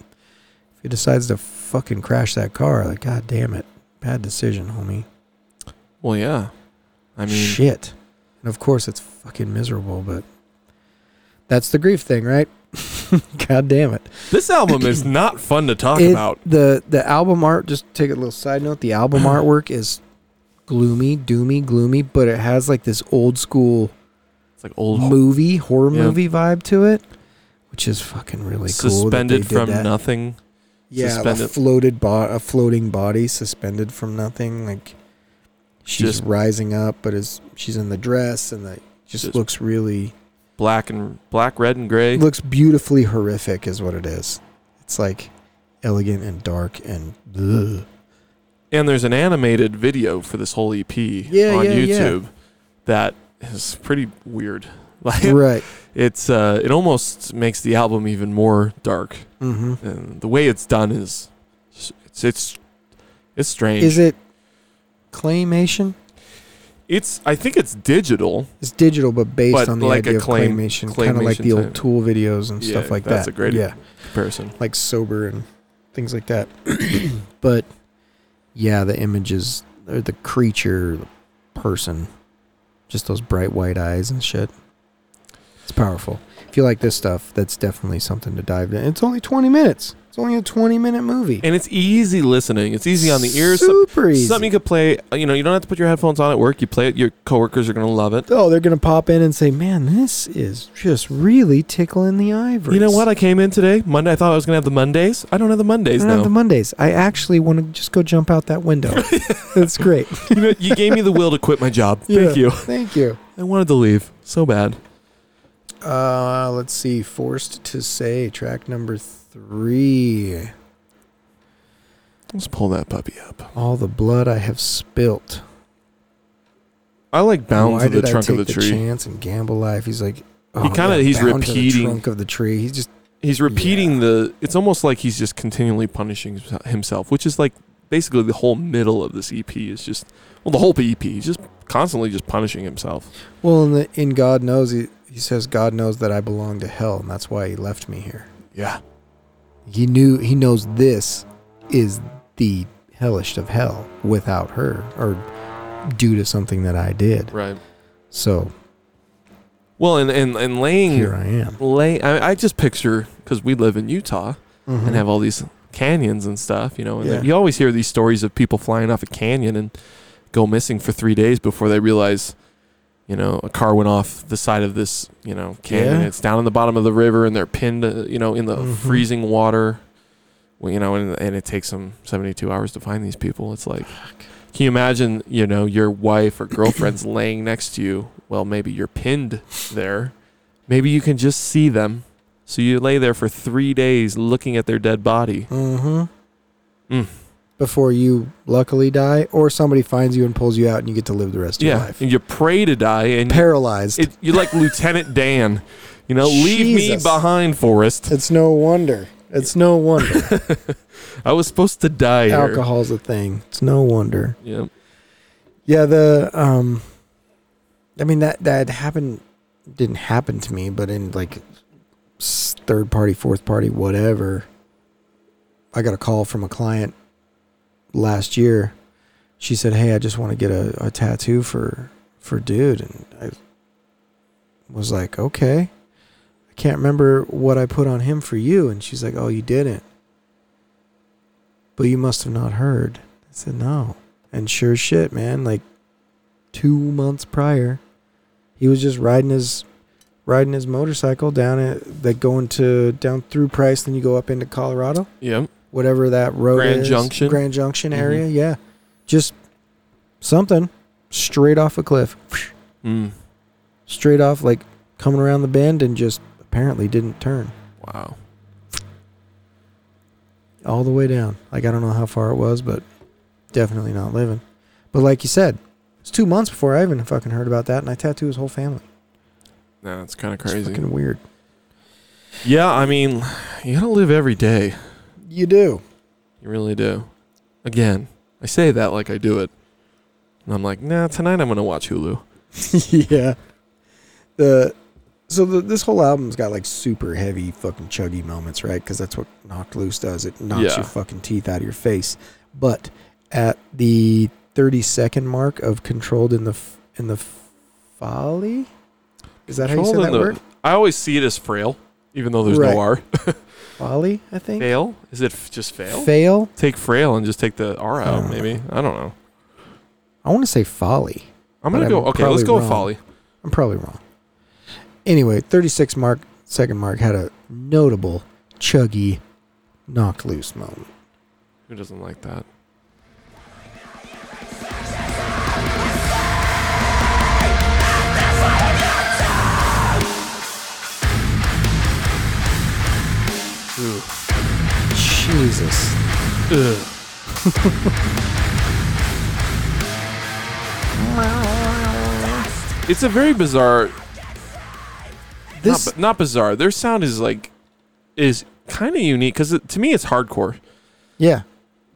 Speaker 1: If he decides to fucking crash that car, like god damn it, bad decision, homie.
Speaker 2: Well, yeah. I mean,
Speaker 1: shit. And of course, it's fucking miserable, but that's the grief thing, right? <laughs> god damn it.
Speaker 2: this album
Speaker 1: <clears throat>
Speaker 2: is not fun to talk
Speaker 1: It-
Speaker 2: about.
Speaker 1: the the album art. Just take a little side note. The
Speaker 2: <clears throat>
Speaker 1: album artwork is gloomy, doomy, gloomy, but it has like this old school
Speaker 2: It's like old
Speaker 1: movie horror
Speaker 2: Yeah.
Speaker 1: movie vibe to it, which is fucking really cool. that they
Speaker 2: suspended
Speaker 1: did
Speaker 2: from
Speaker 1: that.
Speaker 2: nothing.
Speaker 1: Yeah, a
Speaker 2: Suspended.
Speaker 1: floated bo- a floating body suspended from nothing. Like she's
Speaker 2: Just-
Speaker 1: rising up, but is she's in the dress and the just,
Speaker 2: Just-
Speaker 1: looks really
Speaker 2: Black and black, red and gray.
Speaker 1: looks beautifully horrific is what it is. It's like elegant and dark and ugh.
Speaker 2: And there's an animated video for this whole EP
Speaker 1: Yeah,
Speaker 2: on
Speaker 1: yeah, yeah.
Speaker 2: YouTube that is pretty weird. <laughs> Like
Speaker 1: right.
Speaker 2: it's uh it almost makes the album even more dark.
Speaker 1: Mm-hmm.
Speaker 2: And the way it's done is it's it's it's strange.
Speaker 1: Is it claymation?
Speaker 2: it's I think it's digital.
Speaker 1: It's digital, but based
Speaker 2: But
Speaker 1: on the
Speaker 2: like a
Speaker 1: idea of
Speaker 2: claim-
Speaker 1: claymation, kind of like
Speaker 2: claymation
Speaker 1: the old
Speaker 2: type.
Speaker 1: Tool videos and
Speaker 2: Yeah,
Speaker 1: stuff like
Speaker 2: that's
Speaker 1: that.
Speaker 2: a great-
Speaker 1: yeah.
Speaker 2: Comparison.
Speaker 1: like sober and things like that. <clears throat> but yeah, the images or the creature, the person, just those bright white eyes and shit. It's powerful. If you like this stuff, that's definitely something to dive in. It's only 20 minutes. It's only a 20 minute movie.
Speaker 2: And it's easy listening. It's easy on the ears. Some-
Speaker 1: Super easy.
Speaker 2: Something you could play. uh, You know, you don't have to put your headphones on at work. You play it. Your coworkers are gonna love it.
Speaker 1: oh, they're going to pop in and say, man, this is just really tickling the ivory.
Speaker 2: You know what? I came in today Monday. I thought I was gonna have the Mondays. I don't have the
Speaker 1: I
Speaker 2: Mondays
Speaker 1: don't have the
Speaker 2: now.
Speaker 1: Mondays. I actually want to just go jump out that
Speaker 2: <laughs>
Speaker 1: window. That's great.
Speaker 2: you, know, you gave me the will to quit my job. Thank
Speaker 1: Yeah.
Speaker 2: you.
Speaker 1: Thank you.
Speaker 2: I wanted to leave so bad.
Speaker 1: Uh, let's see. Forced to say track number three.
Speaker 2: Let's pull that puppy up.
Speaker 1: All the blood I have spilt.
Speaker 2: I like bound
Speaker 1: Why
Speaker 2: to the
Speaker 1: did
Speaker 2: trunk
Speaker 1: I
Speaker 2: of
Speaker 1: take
Speaker 2: the tree.
Speaker 1: chance and gamble life? He's like, oh,
Speaker 2: kinda-
Speaker 1: yeah,
Speaker 2: he's
Speaker 1: bound to the
Speaker 2: repeating-
Speaker 1: trunk of the tree. He's just
Speaker 2: He's repeating the. It's almost like he's just continually punishing himse- himself, which is like basically the whole middle of this EP is just well, the whole EP. He's just constantly just punishing himself.
Speaker 1: well in the in God knows he he says God knows that I belong to hell and that's why he left me here.
Speaker 2: Yeah.
Speaker 1: He knew he knows this is the hellish of hell without her or due to something that I did.
Speaker 2: Right.
Speaker 1: So
Speaker 2: Well, and and and laying
Speaker 1: here I am.
Speaker 2: lay. I, I just picture because we live in Utah
Speaker 1: Mhm.
Speaker 2: and have all these canyons and stuff, you know. And
Speaker 1: Yeah.
Speaker 2: you always hear these stories of people flying off a canyon and go missing for three days before they realize, you know, a car went off the side of this, you know, canyon.
Speaker 1: Yeah.
Speaker 2: It's down in the bottom of the river, and they're pinned, uh, you know, in the
Speaker 1: Mhm.
Speaker 2: freezing water. Well, you know, and, and it takes them 72 hours to find these people. It's like, can you imagine, you know, your wife or girlfriend's laying next to you well, maybe you're pinned there. Maybe you can just see them. So you lay there for three days looking at their dead body.
Speaker 1: Mm-hmm.
Speaker 2: Mm.
Speaker 1: Before you luckily die, or somebody finds you and pulls you out, and you get to live the rest of your
Speaker 2: Yeah,
Speaker 1: life.
Speaker 2: and you pray to die, and you-
Speaker 1: Paralyzed.
Speaker 2: it,
Speaker 1: <laughs>
Speaker 2: you're like Lieutenant Dan. You know, leave me
Speaker 1: Jesus.
Speaker 2: behind, Forrest.
Speaker 1: it's no wonder. It's no wonder.
Speaker 2: I was supposed to die here.
Speaker 1: Alcohol's a thing. It's no wonder.
Speaker 2: Yeah.
Speaker 1: Yeah, the um, I mean that that happened didn't happen to me, but in like s- third party, fourth party, whatever. I got a call from a client last year. She said, "Hey, I just want to get a, a tattoo for for dude," and I was like, "Okay." I can't remember what I put on him for you, and she's like, "Oh, you didn't." But you must have not heard. I said, "No." And sure as shit, man, like two months prior, he was just riding his riding his motorcycle down at like going to down through Price, then you go up into Colorado,
Speaker 2: Yeah.
Speaker 1: whatever that road
Speaker 2: Grand
Speaker 1: is,
Speaker 2: Junction. Mm-hmm.
Speaker 1: Grand Junction area, yeah. Just something straight off a cliff,
Speaker 2: Mm.
Speaker 1: straight off like coming around the bend and just apparently didn't turn
Speaker 2: Wow.
Speaker 1: all the way down. Like I don't know how far it was, but definitely not living. But like you said, it's two months before I even fucking heard about that, and I tattooed his whole family.
Speaker 2: Nah, that's kind of
Speaker 1: It's
Speaker 2: crazy.
Speaker 1: fucking weird.
Speaker 2: Yeah, I mean, you gotta live every day.
Speaker 1: You do.
Speaker 2: You really do. Again, I say that like I do it. And I'm like, nah, tonight I'm going to watch Hulu.
Speaker 1: <laughs> yeah. The so the, this whole album's got like super heavy fucking chuggy moments, right? Because that's what Knocked Loose does. It knocks
Speaker 2: Yeah.
Speaker 1: your fucking teeth out of your face. But at the 30 second mark of Controlled in the F- in the Folly, is that how you
Speaker 2: Controlled
Speaker 1: said
Speaker 2: in
Speaker 1: that
Speaker 2: the-
Speaker 1: word?
Speaker 2: I always see it as frail, even though there's
Speaker 1: Right.
Speaker 2: no R.
Speaker 1: Folly, I think.
Speaker 2: Fail? Is it f- just fail?
Speaker 1: Fail?
Speaker 2: take frail and just take the R out,
Speaker 1: Uh,
Speaker 2: maybe. I don't know.
Speaker 1: I want to say folly.
Speaker 2: I'm going
Speaker 1: I'm
Speaker 2: to go. Okay, let's
Speaker 1: probably
Speaker 2: go
Speaker 1: wrong.
Speaker 2: with Folly.
Speaker 1: I'm probably wrong. Anyway, 36 mark, second mark had a notable chuggy knock loose moment.
Speaker 2: Who doesn't like that? Ooh.
Speaker 1: Jesus.
Speaker 2: Ugh. it's a very bizarre.
Speaker 1: This
Speaker 2: not, bi- not bizarre. Their sound is like is kind of unique because to me it's hardcore,
Speaker 1: yeah.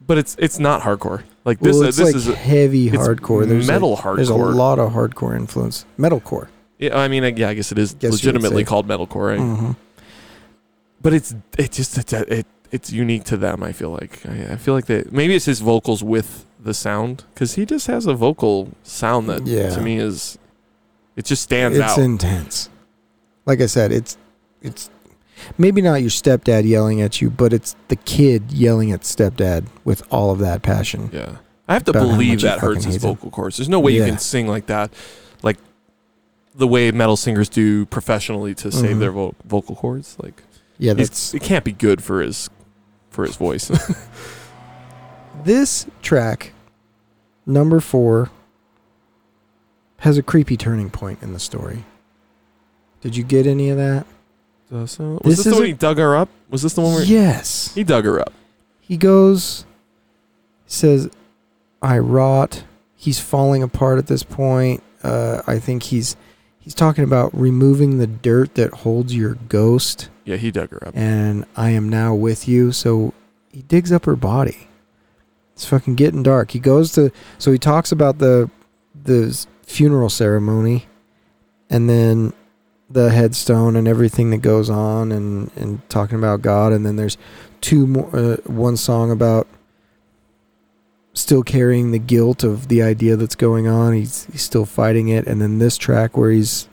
Speaker 2: but it's it's not hardcore. Like this
Speaker 1: Well,
Speaker 2: uh,
Speaker 1: it's
Speaker 2: this
Speaker 1: like
Speaker 2: is a-
Speaker 1: heavy
Speaker 2: it's
Speaker 1: hardcore. There's like-
Speaker 2: metal
Speaker 1: There's a
Speaker 2: hardcore.
Speaker 1: lot of hardcore influence. Metalcore.
Speaker 2: yeah, I mean I- yeah I guess it is
Speaker 1: Guess you would
Speaker 2: legitimately
Speaker 1: say.
Speaker 2: called metalcore, right?
Speaker 1: Mhm.
Speaker 2: but it's it just it's a- it it's unique to them. I feel like I, I feel like that maybe it's his vocals with the sound because he just has a vocal sound that
Speaker 1: Yeah.
Speaker 2: to me is it just stands
Speaker 1: It's
Speaker 2: out.
Speaker 1: intense. Like I said, it's it's maybe not your stepdad yelling at you, but it's the kid yelling at stepdad with all of that passion.
Speaker 2: yeah, I have to
Speaker 1: About how much
Speaker 2: believe
Speaker 1: he
Speaker 2: that hurts
Speaker 1: fucking
Speaker 2: his
Speaker 1: hates him.
Speaker 2: vocal cords. There's no way
Speaker 1: Yeah.
Speaker 2: you can sing like that, like the way metal singers do professionally to save
Speaker 1: Mhm.
Speaker 2: their vo- vocal cords. Like
Speaker 1: Yeah,
Speaker 2: he's-
Speaker 1: that's
Speaker 2: it can't be good for his for his voice.
Speaker 1: this track number four has a creepy turning point in the story did you get any of that
Speaker 2: Uh, so-
Speaker 1: This
Speaker 2: was this, the
Speaker 1: is
Speaker 2: one
Speaker 1: a-
Speaker 2: he dug her up? Was this the one where
Speaker 1: yes
Speaker 2: he dug her up?
Speaker 1: he goes says i rot he's falling apart at this point uh, i think he's he's talking about removing the dirt that holds your ghost
Speaker 2: Yeah, he dug her up.
Speaker 1: and I am now with you. So he digs up her body. It's fucking getting dark. He goes to so he talks about the the s- funeral ceremony and then the headstone and everything that goes on and and talking about God and then there's two more uh, one song about still carrying the guilt of the idea that's going on. He's he's still fighting it and then this track where he's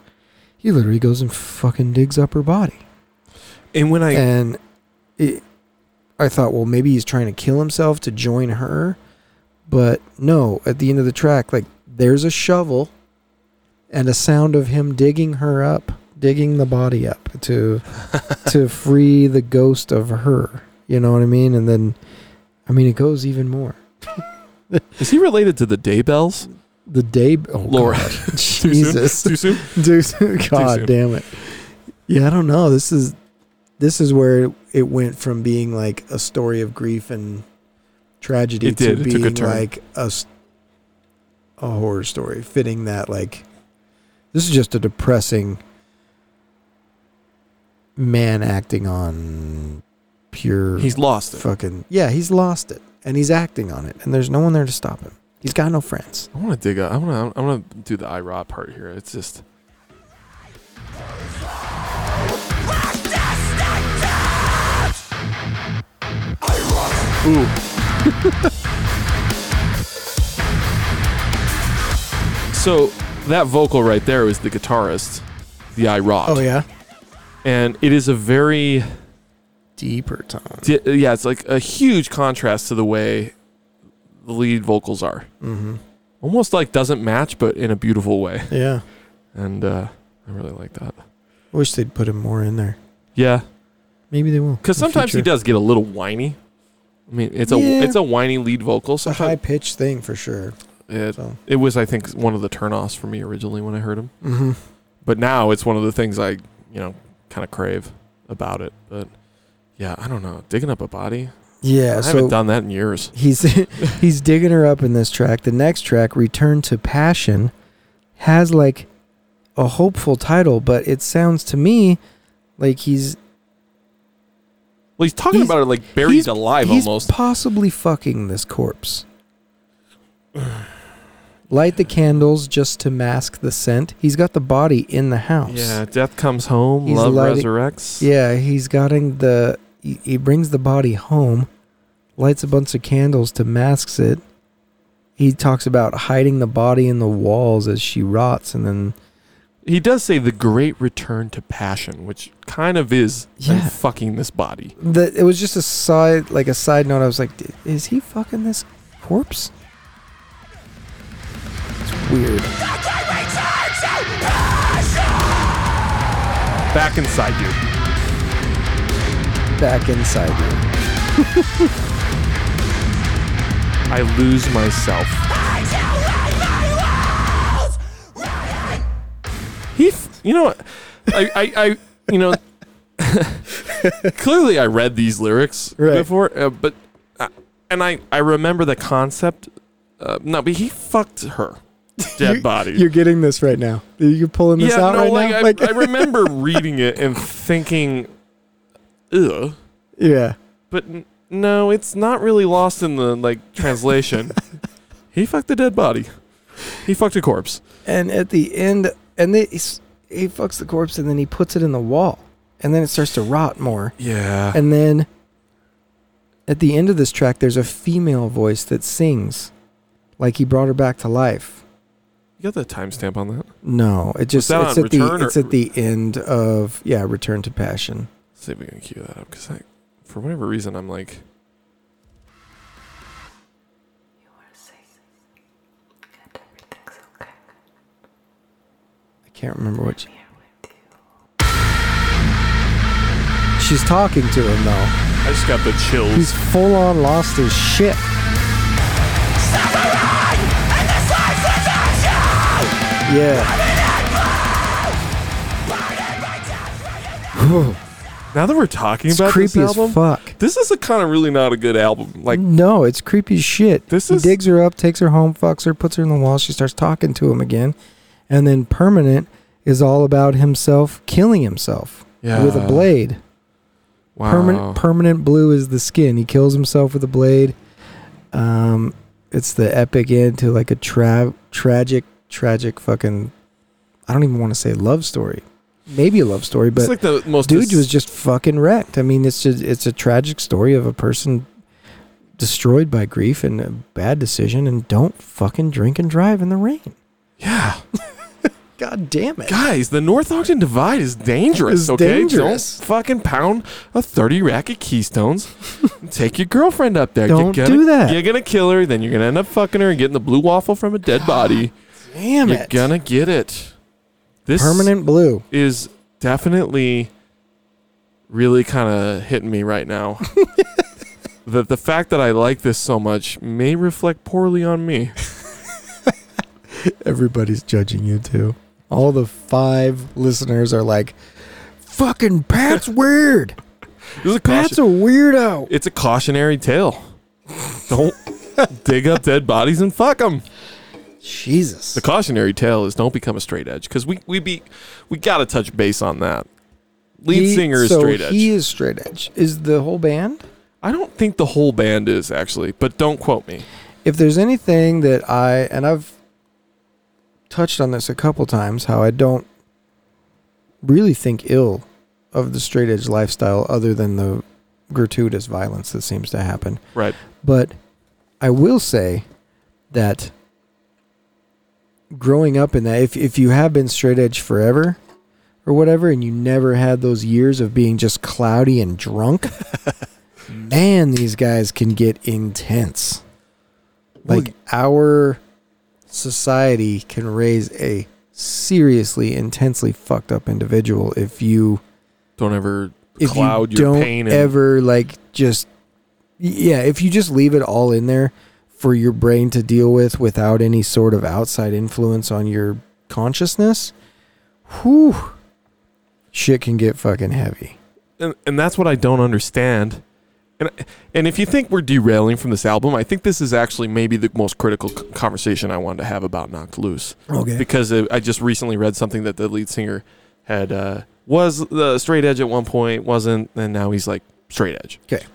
Speaker 1: he literally goes and fucking digs up her body
Speaker 2: And when I
Speaker 1: and it, I thought, well, maybe he's trying to kill himself to join her, but no. At the end of the track, like there's a shovel, and a sound of him digging her up, digging the body up
Speaker 2: <laughs>
Speaker 1: to to free the ghost of her. You know what I mean? And then, I mean, it goes even more.
Speaker 2: Is he related to the Daybells?
Speaker 1: the day. Oh,
Speaker 2: Laura.
Speaker 1: God.
Speaker 2: <laughs> Too soon?
Speaker 1: Jesus,
Speaker 2: <laughs>
Speaker 1: <laughs>
Speaker 2: Too soon?
Speaker 1: Dude, God
Speaker 2: soon.
Speaker 1: damn it. Yeah, I don't know. This is this is where it went from being like a story of grief and tragedy
Speaker 2: It
Speaker 1: to
Speaker 2: did. It took a
Speaker 1: being
Speaker 2: turn.
Speaker 1: like a s- a horror story, fitting that like this is just a depressing man acting on pure
Speaker 2: He's lost it.
Speaker 1: fucking yeah he's lost it and he's acting on it and there's no one there to stop him he's got no friends
Speaker 2: I want to dig up. I want to. I want to do the IROD part here. It's just. Ooh. <laughs> so that vocal right there was the guitarist, the IROD,
Speaker 1: oh yeah
Speaker 2: and it is a very
Speaker 1: deeper time
Speaker 2: di- yeah, it's like a huge contrast to the way the lead vocals are.
Speaker 1: mm-hmm.
Speaker 2: Almost like doesn't match, but in a beautiful way.
Speaker 1: yeah
Speaker 2: and uh, I really like that.
Speaker 1: Wish they'd put him more in there.
Speaker 2: Yeah,
Speaker 1: Maybe they will.
Speaker 2: because sometimes he does get a little whiny. I mean, it's a
Speaker 1: Yeah.
Speaker 2: it's a whiny lead vocal.
Speaker 1: It's a high
Speaker 2: Sometimes
Speaker 1: pitched thing for sure.
Speaker 2: it,
Speaker 1: So.
Speaker 2: it was, I think, one of the turnoffs for me originally when I heard him.
Speaker 1: Mm-hmm.
Speaker 2: But now it's one of the things I you know kind of crave about it. But yeah, I don't know, digging up a body.
Speaker 1: Yeah.
Speaker 2: I
Speaker 1: so
Speaker 2: haven't done that in years.
Speaker 1: he's <laughs> he's digging her up in this track. The next track, "Return to Passion," has like a hopeful title, but it sounds to me like he's
Speaker 2: Well, he's talking
Speaker 1: He's-
Speaker 2: about it like buried
Speaker 1: he's-
Speaker 2: alive
Speaker 1: he's
Speaker 2: almost.
Speaker 1: possibly fucking this corpse. <sighs> Light the candles just to mask the scent. He's got the body in the house.
Speaker 2: Yeah, death comes home,
Speaker 1: He's
Speaker 2: love
Speaker 1: lighting-
Speaker 2: resurrects.
Speaker 1: Yeah, he's getting the. He he brings the body home, lights a bunch of candles to masks it. He talks about hiding the body in the walls as she rots, and then
Speaker 2: He does say the great return to passion, which kind of is I'm
Speaker 1: Yeah.
Speaker 2: fucking this body.
Speaker 1: the, it was just a side, like a side note. I was like, "D- is he fucking this corpse? It's weird.
Speaker 2: Back inside you.
Speaker 1: Back inside you.
Speaker 2: I lose myself. He, f- you know, what? I, I, I you know, <laughs> clearly I read these lyrics
Speaker 1: Right.
Speaker 2: before, uh, but, uh, and I, I remember the concept. Uh, no, but he fucked
Speaker 1: <laughs>
Speaker 2: her dead body.
Speaker 1: You're getting this right now. You're pulling this
Speaker 2: yeah,
Speaker 1: out
Speaker 2: no,
Speaker 1: right
Speaker 2: like,
Speaker 1: now.
Speaker 2: I,
Speaker 1: like, <laughs>
Speaker 2: I remember reading it and thinking, ugh,
Speaker 1: yeah,
Speaker 2: but n- no, it's not really lost in the
Speaker 1: <laughs>
Speaker 2: like translation. he fucked a dead body. He fucked a corpse.
Speaker 1: and at the end, and they, he's- he fucks the corpse, and then he puts it in the wall, and then it starts to rot more.
Speaker 2: Yeah.
Speaker 1: And then at the end of this track, there's a female voice that sings like he brought her back to life.
Speaker 2: You got the timestamp on that?
Speaker 1: No, it just it's
Speaker 2: that on
Speaker 1: at the
Speaker 2: Return or-
Speaker 1: it's at the end of yeah, Return to Passion.
Speaker 2: Let's see if we can cue that up because for whatever reason, I'm like,
Speaker 1: I can't remember what she- she's talking to him though.
Speaker 2: I just got the chills.
Speaker 1: He's full on lost his shit. Yeah,
Speaker 2: Now that we're talking
Speaker 1: it's
Speaker 2: about
Speaker 1: creepy
Speaker 2: this
Speaker 1: as
Speaker 2: album,
Speaker 1: fuck.
Speaker 2: this is a kind of really not a good album. Like,
Speaker 1: no, it's creepy as shit.
Speaker 2: This
Speaker 1: he
Speaker 2: is-
Speaker 1: digs her up, takes her home, fucks her, puts her in the wall. She starts talking to him again, and then permanent is all about himself killing himself
Speaker 2: yeah,
Speaker 1: with a blade.
Speaker 2: Wow.
Speaker 1: Permanent, permanent blue is the skin. He kills himself with a blade. Um, it's the epic end to like a tra- tragic, tragic fucking. I don't even want to say love story. Maybe a love story, but
Speaker 2: it's like the most
Speaker 1: dude
Speaker 2: dis-
Speaker 1: was just fucking wrecked. I mean, it's just it's a tragic story of a person destroyed by grief and a bad decision. And don't fucking drink and drive in the rain.
Speaker 2: yeah.
Speaker 1: God damn it!
Speaker 2: Guys, the North Ogden Divide is dangerous.
Speaker 1: It's
Speaker 2: okay,
Speaker 1: dangerous.
Speaker 2: don't fucking pound a thirty rack of
Speaker 1: <laughs>
Speaker 2: Keystones. and take your girlfriend up there.
Speaker 1: Don't
Speaker 2: you're gonna,
Speaker 1: do that.
Speaker 2: You're gonna kill her. Then you're gonna end up fucking her and getting the blue waffle from
Speaker 1: <gasps>
Speaker 2: a dead body.
Speaker 1: damn
Speaker 2: you're gonna get it. This
Speaker 1: Permanent blue.
Speaker 2: is definitely really kind of hitting me
Speaker 1: <laughs>
Speaker 2: right now.
Speaker 1: <laughs>
Speaker 2: that the fact that I like this so much may reflect poorly on me.
Speaker 1: Everybody's judging you too. All the five listeners are like, "Fucking
Speaker 2: <laughs>
Speaker 1: Pat's weird.
Speaker 2: It was a
Speaker 1: Pat's
Speaker 2: caution-
Speaker 1: a weirdo."
Speaker 2: it's a cautionary tale. Don't dig up dead bodies and fuck them.
Speaker 1: Jesus.
Speaker 2: The cautionary tale is don't become a straight edge because we we be we gotta touch base on that. Lead
Speaker 1: He-
Speaker 2: singer is
Speaker 1: so
Speaker 2: straight edge.
Speaker 1: He is straight edge. Is the whole band?
Speaker 2: I don't think the whole band is actually, but don't quote me.
Speaker 1: if there's anything that I and I've touched on this a couple times, how I don't really think ill of the straight edge lifestyle other than the gratuitous violence that seems to happen.
Speaker 2: Right.
Speaker 1: But I will say that growing up in that, if, if you have been straight edge forever or whatever, and you never had those years of being just cloudy and drunk, man, these guys can get intense.
Speaker 2: Well,
Speaker 1: Like our society can raise a seriously intensely fucked up individual if you
Speaker 2: Don't ever
Speaker 1: if
Speaker 2: cloud
Speaker 1: you
Speaker 2: your
Speaker 1: don't
Speaker 2: pain. And,
Speaker 1: ever like just yeah if you just leave it all in there for your brain to deal with without any sort of outside influence on your consciousness whew shit can get fucking heavy
Speaker 2: and and that's what I don't understand. And and if you think we're derailing from this album, I think this is actually maybe the most critical c- conversation I wanted to have about Knocked Loose.
Speaker 1: okay
Speaker 2: because uh, I just recently read something that the lead singer had uh, was the straight edge at one point, wasn't, and now he's like straight edge.
Speaker 1: 'Kay.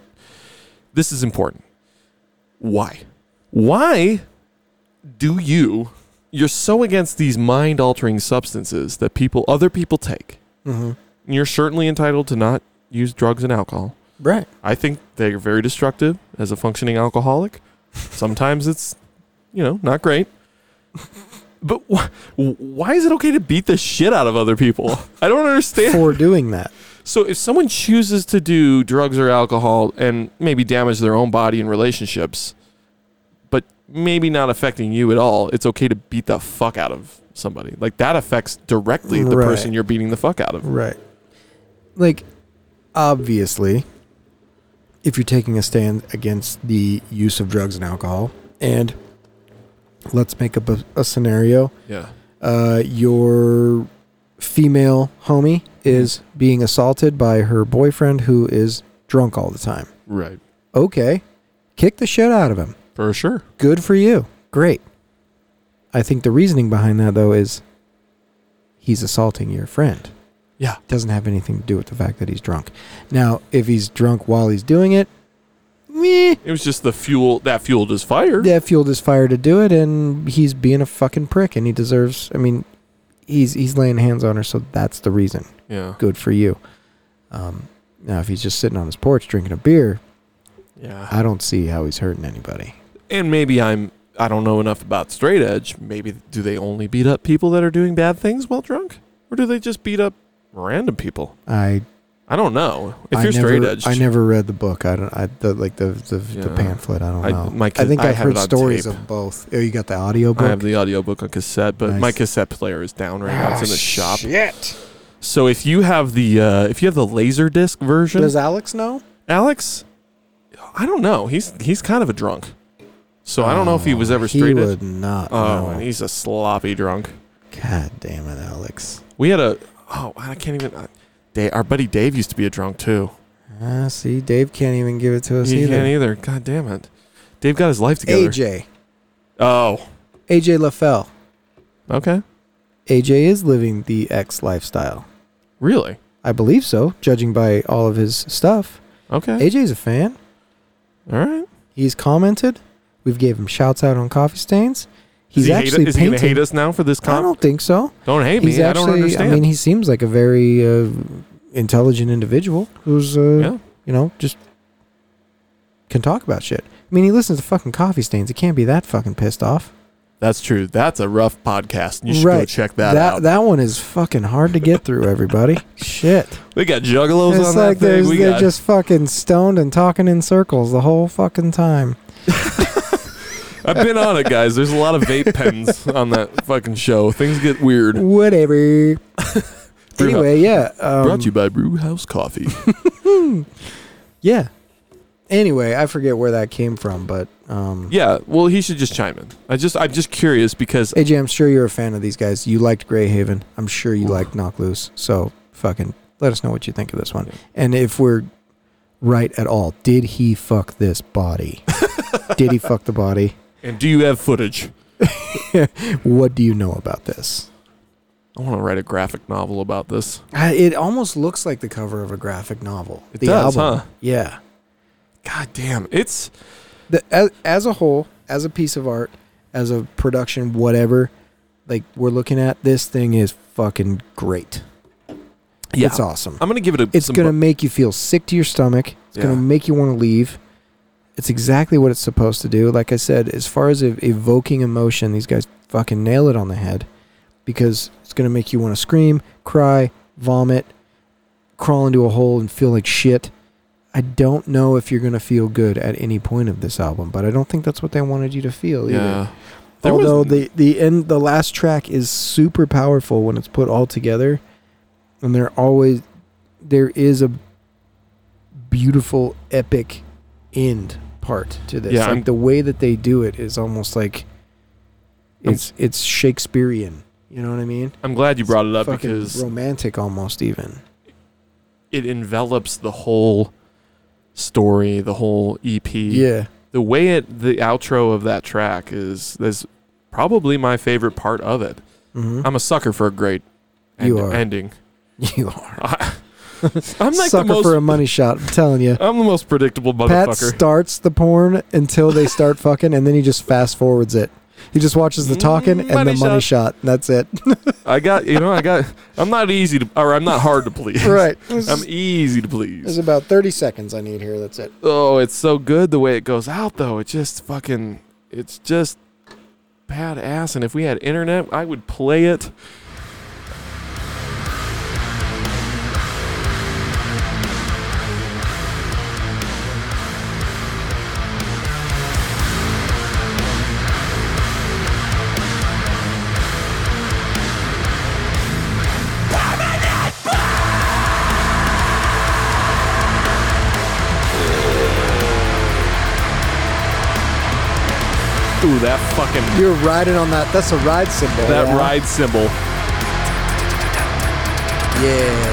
Speaker 2: This is important. Why? Why do you? You're so against these mind altering substances that people, other people take.
Speaker 1: mm-hmm.
Speaker 2: And you're certainly entitled to not use drugs and alcohol.
Speaker 1: right
Speaker 2: I think they're very destructive as a functioning alcoholic. Sometimes it's, you know, not great. But wh- why is it okay to beat the shit out of other people? I don't understand.
Speaker 1: for doing that
Speaker 2: So if someone chooses to do drugs or alcohol and maybe damage their own body and relationships, but maybe not affecting you at all, it's okay to beat the fuck out of somebody. Like that affects directly the
Speaker 1: Right.
Speaker 2: person you're beating the fuck out of.
Speaker 1: Right. Like, obviously, if you're taking a stand against the use of drugs and alcohol, and let's make up a, a scenario,
Speaker 2: Yeah.
Speaker 1: uh, your female homie is being assaulted by her boyfriend who is drunk all the time.
Speaker 2: Right.
Speaker 1: Okay, kick the shit out of him.
Speaker 2: For sure.
Speaker 1: Good for you. Great. I think the reasoning behind that, though, is he's assaulting your friend
Speaker 2: Yeah.
Speaker 1: doesn't have anything to do with the fact that he's drunk. Now, if he's drunk while he's doing it, meh,
Speaker 2: It was just the fuel that fueled his fire.
Speaker 1: that fueled his fire to do it, and he's being a fucking prick, and he deserves. I mean, he's he's laying hands on her, so that's the reason.
Speaker 2: Yeah.
Speaker 1: Good for you. Um, now, if he's just sitting on his porch drinking a beer,
Speaker 2: Yeah.
Speaker 1: I don't see how he's hurting anybody.
Speaker 2: And maybe I'm I don't know enough about straight edge. Maybe do they only beat up people that are doing bad things while drunk? Or do they just beat up random people?
Speaker 1: I
Speaker 2: I don't know. If
Speaker 1: I
Speaker 2: you're
Speaker 1: never,
Speaker 2: straight edge,
Speaker 1: I never read the book. I don't. I the, like the the, the
Speaker 2: Yeah.
Speaker 1: pamphlet. I don't
Speaker 2: I-
Speaker 1: know.
Speaker 2: my
Speaker 1: I
Speaker 2: kid-
Speaker 1: think
Speaker 2: I
Speaker 1: I've
Speaker 2: have it
Speaker 1: heard
Speaker 2: on
Speaker 1: stories
Speaker 2: tape.
Speaker 1: of both. Oh, you got the audio book.
Speaker 2: I have the audiobook on cassette, but my
Speaker 1: Nice.
Speaker 2: cassette player is down right now. It's in the shop.
Speaker 1: Ah, Shit.
Speaker 2: So if you have the uh, if you have the laser disc version,
Speaker 1: Does Alex know?
Speaker 2: Alex, I don't know. He's he's kind of a drunk. So I don't know if he was ever
Speaker 1: Ah, he
Speaker 2: straight edge.
Speaker 1: would not.
Speaker 2: Oh,
Speaker 1: know.
Speaker 2: and he's a sloppy drunk.
Speaker 1: God damn it, Alex.
Speaker 2: We had a oh I can't even. Uh, Dave, our buddy Dave used to be a drunk too.
Speaker 1: Ah, see, Dave can't even give it to us
Speaker 2: he can't
Speaker 1: either.
Speaker 2: either. God damn it. Dave got his life together.
Speaker 1: AJ,
Speaker 2: Oh,
Speaker 1: AJ LaFell.
Speaker 2: okay.
Speaker 1: AJ is living the X lifestyle.
Speaker 2: Really?
Speaker 1: I believe so, judging by all of his stuff.
Speaker 2: Okay.
Speaker 1: AJ's a fan.
Speaker 2: All right.
Speaker 1: He's commented. We've gave him shouts out on coffee stains. He's
Speaker 2: Does he hate
Speaker 1: actually
Speaker 2: us- is he
Speaker 1: painting.
Speaker 2: gonna hate us now for this
Speaker 1: I
Speaker 2: comment?
Speaker 1: don't think so.
Speaker 2: Don't, hate me.
Speaker 1: He's
Speaker 2: I don't
Speaker 1: actually.
Speaker 2: understand.
Speaker 1: I mean, he seems like a very uh, intelligent individual who's uh,
Speaker 2: yeah.
Speaker 1: you know, just can talk about shit. I mean, he listens to fucking coffee stains. He can't be that fucking pissed off.
Speaker 2: That's true. That's a rough podcast. You should go check that,
Speaker 1: that
Speaker 2: out.
Speaker 1: That one is fucking hard to get through,
Speaker 2: <laughs>
Speaker 1: everybody. shit.
Speaker 2: we got juggalos
Speaker 1: It's
Speaker 2: on
Speaker 1: like
Speaker 2: that
Speaker 1: they're,
Speaker 2: thing. We
Speaker 1: they're
Speaker 2: got
Speaker 1: just fucking stoned and talking in circles the whole fucking time.
Speaker 2: I've been on it, guys. There's a lot of
Speaker 1: <laughs>
Speaker 2: vape pens on that fucking show. Things get weird.
Speaker 1: Um,
Speaker 2: <laughs>
Speaker 1: Whatever.
Speaker 2: Brew House-
Speaker 1: anyway, yeah. Um,
Speaker 2: Brought to you by Brew House Coffee.
Speaker 1: Yeah. Anyway, I forget where that came from, but Um,
Speaker 2: Yeah, well, he should just chime in. I just, I'm just curious because <laughs>
Speaker 1: AJ, I'm sure you're a fan of these guys. You liked Greyhaven. I'm sure you liked Knock Loose. So fucking let us know what you think of this one.
Speaker 2: Yeah.
Speaker 1: And if we're right at all, did he fuck this body? did he fuck the
Speaker 2: <laughs>
Speaker 1: body?
Speaker 2: and do you have footage?
Speaker 1: What do you know about this?
Speaker 2: I want to write a graphic novel about this.
Speaker 1: Uh, It almost looks like the cover of a graphic novel.
Speaker 2: It does, huh?
Speaker 1: Yeah.
Speaker 2: God damn, it's
Speaker 1: The, as, as a whole, as a piece of art, as a production, whatever, like we're looking at, this thing is fucking great.
Speaker 2: yeah.
Speaker 1: It's awesome.
Speaker 2: I'm gonna give it a.
Speaker 1: It's
Speaker 2: some
Speaker 1: going to
Speaker 2: bu-
Speaker 1: make you feel sick to your stomach. It's going
Speaker 2: Yeah.
Speaker 1: to make you want to leave. It's exactly what it's supposed to do. Like I said, as far as ev- evoking emotion, these guys fucking nail it on the head because it's going to make you want to scream, cry, vomit, crawl into a hole and feel like shit. I don't know if you're going to feel good at any point of this album, but I don't think that's what they wanted you to feel either.
Speaker 2: yeah. There was-
Speaker 1: Although the the end the last track is super powerful when it's put all together, and there always there is a beautiful epic end part to this.
Speaker 2: Yeah,
Speaker 1: like
Speaker 2: I'm-
Speaker 1: the way that they do it is almost like
Speaker 2: I'm-
Speaker 1: it's it's Shakespearean. You know what I mean?
Speaker 2: I'm glad you brought it up
Speaker 1: Fucking
Speaker 2: Uh, because
Speaker 1: romantic almost even.
Speaker 2: it envelops the whole story, the whole EP.
Speaker 1: Yeah.
Speaker 2: The way it, the outro of that track is, is probably my favorite part of it.
Speaker 1: hmm
Speaker 2: I'm a sucker for a great end-
Speaker 1: You are.
Speaker 2: ending.
Speaker 1: <laughs> you are
Speaker 2: <laughs> I, am like
Speaker 1: sucker
Speaker 2: the most.
Speaker 1: for a money shot. I'm telling you.
Speaker 2: I'm the most predictable
Speaker 1: Pat
Speaker 2: motherfucker.
Speaker 1: starts the porn until they <laughs> start fucking, and then he just fast forwards it. He just watches the talking and
Speaker 2: Money
Speaker 1: the Mm, money shot. and that's it.
Speaker 2: I got you know I got. I'm not easy to, or I'm not hard to please.
Speaker 1: <laughs> <laughs> right.
Speaker 2: <laughs> I'm
Speaker 1: There's
Speaker 2: easy to please.
Speaker 1: about 30 seconds I need here. That's it.
Speaker 2: Oh, it's so good the way it goes out though. It just fucking it's just badass and if we had internet, I would play it. Ooh, that fucking
Speaker 1: You're riding on that. That's a ride symbol.
Speaker 2: that
Speaker 1: yeah.
Speaker 2: ride cymbal.
Speaker 1: Yeah.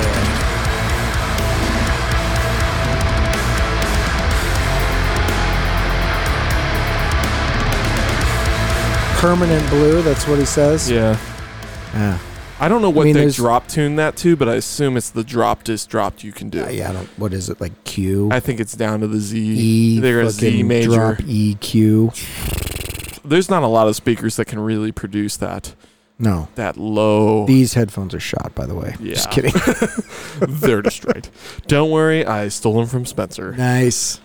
Speaker 1: Permanent blue. That's what he says.
Speaker 2: Yeah.
Speaker 1: Yeah.
Speaker 2: I don't know what
Speaker 1: mean,
Speaker 2: they
Speaker 1: there's-
Speaker 2: drop tuned that to, but I assume it's the droppedest dropped you can do.
Speaker 1: Yeah. I don't. What is it like? Q.
Speaker 2: I think it's down to the Z.
Speaker 1: E
Speaker 2: They're a
Speaker 1: fucking
Speaker 2: Z major.
Speaker 1: drop E EQ.
Speaker 2: There's not a lot of speakers that can really produce that
Speaker 1: No,
Speaker 2: that low.
Speaker 1: these headphones are shot. By the way, just
Speaker 2: Yeah.
Speaker 1: kidding.
Speaker 2: <laughs>
Speaker 1: <laughs>
Speaker 2: They're destroyed. don't worry, I stole them from Spencer.
Speaker 1: nice.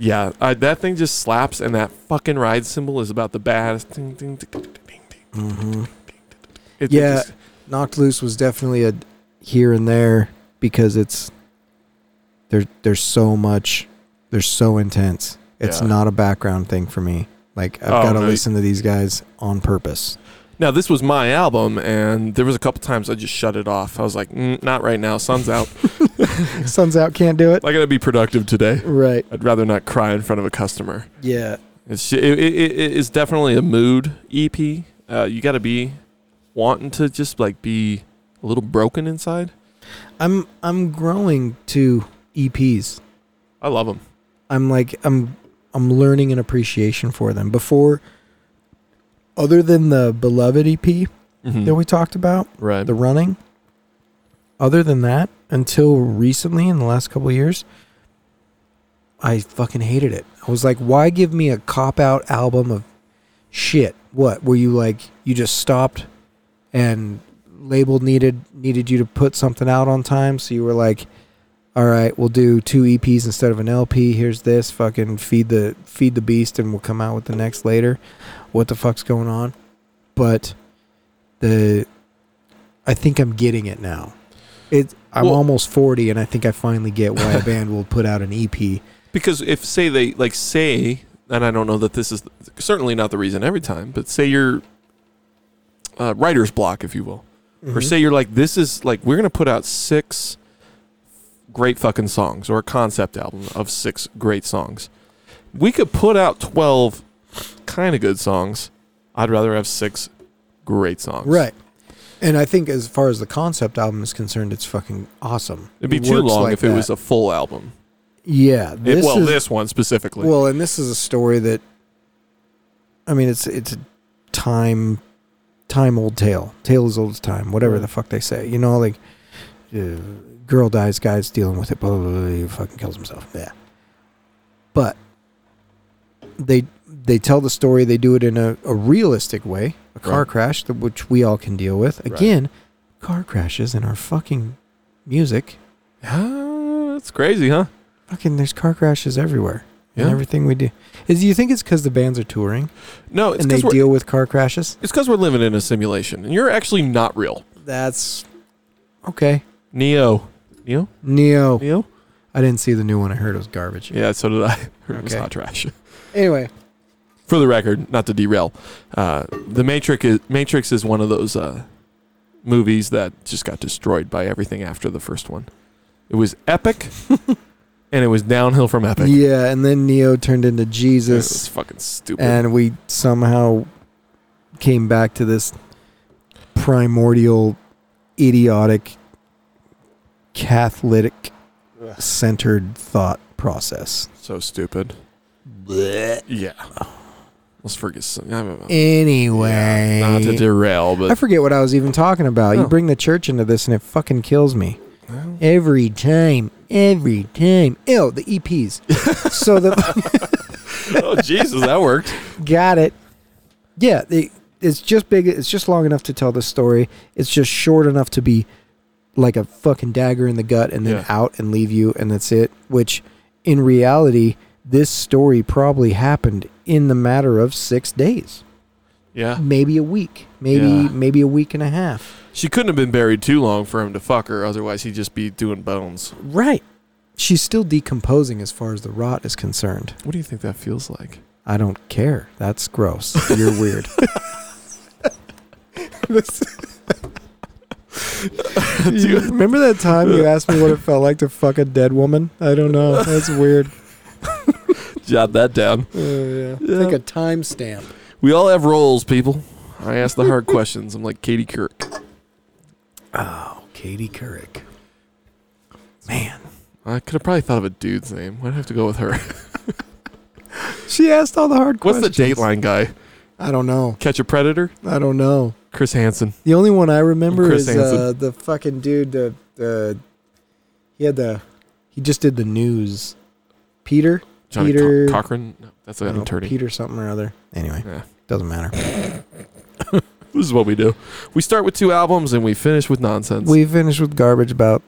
Speaker 2: Yeah, I, that thing just slaps, and that fucking ride symbol is about the baddest. Ding, ding, ding, ding, ding, ding.
Speaker 1: hmm
Speaker 2: It,
Speaker 1: Yeah.
Speaker 2: it just-
Speaker 1: Knocked loose was definitely a here and there because it's there. There's so much. They're so intense. It's
Speaker 2: Yeah.
Speaker 1: not a background thing for me. Like I've
Speaker 2: Oh,
Speaker 1: got to
Speaker 2: no, you-
Speaker 1: listen to these guys on purpose.
Speaker 2: now this was my album, and there was a couple times I just shut it off. I was like, mm, not right now. Sun's out. <laughs>
Speaker 1: Sun's out. Can't do it.
Speaker 2: I gotta be productive today.
Speaker 1: Right.
Speaker 2: I'd rather not cry in front of a customer.
Speaker 1: Yeah.
Speaker 2: It's it, it, it is definitely a mood EP. Uh, you gotta be wanting to just like be a little broken inside.
Speaker 1: I'm I'm growing to EPs.
Speaker 2: I love them.
Speaker 1: I'm like I'm I'm learning an appreciation for them. Before other than the beloved E EP that we talked about,
Speaker 2: Mm-hmm. Right.
Speaker 1: the running, other than that, until recently in the last couple of years, I fucking hated it. I was like, why give me a cop out album of shit? What? Were you like you just stopped and label needed needed you to put something out on time, so you were like all right, we'll do two EPs instead of an LP. Here's this fucking feed the feed the beast, and we'll come out with the next later. What the fuck's going on? But the I think I'm getting it now. It I'm
Speaker 2: Well-
Speaker 1: almost forty, and I think I finally get why a band will put out an E EP.
Speaker 2: Because if say they like say, and I don't know that this is certainly not the reason every time, but say you're uh, writer's block, if you will, or
Speaker 1: Mm-hmm.
Speaker 2: say you're like this is like we're gonna put out six great fucking songs or a concept album of six great songs, we could put out 12 kind of good songs. I'd rather have six great songs.
Speaker 1: Right. And I think as far as the concept album is concerned, it's fucking awesome.
Speaker 2: It'd be
Speaker 1: It
Speaker 2: too
Speaker 1: works
Speaker 2: long
Speaker 1: like
Speaker 2: if it was
Speaker 1: that.
Speaker 2: a full album.
Speaker 1: yeah.
Speaker 2: It-
Speaker 1: This
Speaker 2: well,
Speaker 1: is,
Speaker 2: this one specifically.
Speaker 1: well, and this is a story that, I mean, it's it's a time, time old tale, tale as old as time, whatever the fuck they say. You know, like, uh, girl dies, guy's dealing with it, blah blah blah. blah, He fucking kills himself. Yeah. But they they tell the story. They do it in a, a realistic way. A car
Speaker 2: Right.
Speaker 1: crash, that, which we all can deal with.
Speaker 2: Right.
Speaker 1: Again, car crashes in our fucking music.
Speaker 2: Ah, that's crazy, huh?
Speaker 1: Fucking, there's car crashes everywhere. in
Speaker 2: Yeah.
Speaker 1: everything we do. Is do you think it's because the bands are touring
Speaker 2: No, it's
Speaker 1: and they
Speaker 2: because we're,
Speaker 1: deal with car crashes?
Speaker 2: it's 'cause we're living in a simulation, and you're actually not real.
Speaker 1: That's okay.
Speaker 2: Neo, Neo,
Speaker 1: Neo,
Speaker 2: Neo.
Speaker 1: I didn't see the new one. I heard it was garbage.
Speaker 2: Yeah, so did I. <laughs> It was
Speaker 1: Okay.
Speaker 2: not trash.
Speaker 1: Anyway,
Speaker 2: For the record, not to derail, uh, the Matrix is Matrix is one of those uh, movies that just got destroyed by everything after the first one. It was epic, and it was downhill from epic.
Speaker 1: yeah, and then Neo turned into
Speaker 2: It was
Speaker 1: Jesus,
Speaker 2: fucking stupid.
Speaker 1: and we somehow came back to this primordial, idiotic, Catholic centered thought process.
Speaker 2: so stupid. Yeah. Let's forget some. I don't know.
Speaker 1: Anyway,
Speaker 2: Not to derail,
Speaker 1: I
Speaker 2: but
Speaker 1: forget what I was even talking about.
Speaker 2: Oh.
Speaker 1: You bring the church into this and it fucking kills me.
Speaker 2: Well,
Speaker 1: Every time. Every time. Ew, the
Speaker 2: <laughs>
Speaker 1: EPs. so the
Speaker 2: <laughs> oh Jesus, that worked.
Speaker 1: got it. Yeah, the, it's just big it's just long enough to tell the story. It's just short enough to be like a fucking dagger in the gut and then
Speaker 2: Yeah.
Speaker 1: out and leave you and that's it. Which in reality, this story probably happened in the matter of six days.
Speaker 2: Yeah,
Speaker 1: Maybe a week. Maybe
Speaker 2: Uh. Yeah.
Speaker 1: maybe a week and a half.
Speaker 2: she couldn't have been buried too long for him to fuck her. Otherwise, he'd just be doing bones.
Speaker 1: Right. She's still decomposing as far as the rot is concerned.
Speaker 2: What do you think that feels like?
Speaker 1: I don't care. That's gross. You're weird. You remember that time you asked me what it felt like to fuck a dead woman? I don't know. That's weird.
Speaker 2: Jot that down.
Speaker 1: Uh, yeah.
Speaker 2: Yeah.
Speaker 1: Like a timestamp.
Speaker 2: We all have roles, people. I ask the hard <laughs> questions. I'm like Katie Kirk.
Speaker 1: Oh, Katie Couric. Man.
Speaker 2: I could have probably thought of a dude's name. I'd have to go with her. <laughs>
Speaker 1: She asked all the hard
Speaker 2: What's
Speaker 1: questions.
Speaker 2: the Dateline guy?
Speaker 1: I don't know.
Speaker 2: Catch a Predator?
Speaker 1: I don't know.
Speaker 2: Chris Hansen.
Speaker 1: The only one I remember
Speaker 2: Chris
Speaker 1: is uh,
Speaker 2: Hansen.
Speaker 1: the fucking dude. The the he had the he just did the news. Peter,
Speaker 2: Johnny Co-
Speaker 1: Peter-
Speaker 2: Cochran? No, that's an
Speaker 1: No,
Speaker 2: attorney.
Speaker 1: Peter something or other. Anyway,
Speaker 2: Yeah.
Speaker 1: doesn't matter.
Speaker 2: <laughs> This is what we do. We start with two albums and we finish with nonsense.
Speaker 1: We finished with garbage about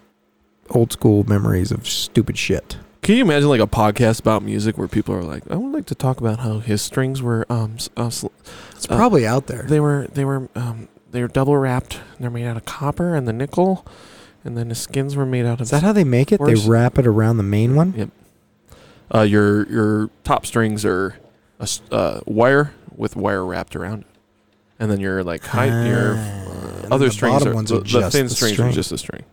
Speaker 1: old school memories of stupid shit.
Speaker 2: Can you imagine like a podcast about music where people are like, "I would like to talk about how his strings were um s- uh, sl-
Speaker 1: It's
Speaker 2: Uh,
Speaker 1: probably out there.
Speaker 2: they were they were um they were double wrapped. and They're made out of copper and the nickel, and then the skins were made out of
Speaker 1: Is that how they make it? They
Speaker 2: Worse.
Speaker 1: wrap it around the main one.
Speaker 2: uh, your your top strings are a s- uh, wire with wire wrapped around it, and then your like high your
Speaker 1: Ah, and
Speaker 2: uh,
Speaker 1: then
Speaker 2: other
Speaker 1: the
Speaker 2: strings
Speaker 1: bottom
Speaker 2: are,
Speaker 1: ones
Speaker 2: the,
Speaker 1: are
Speaker 2: the
Speaker 1: just
Speaker 2: thin
Speaker 1: the
Speaker 2: strings are
Speaker 1: string.
Speaker 2: just a string.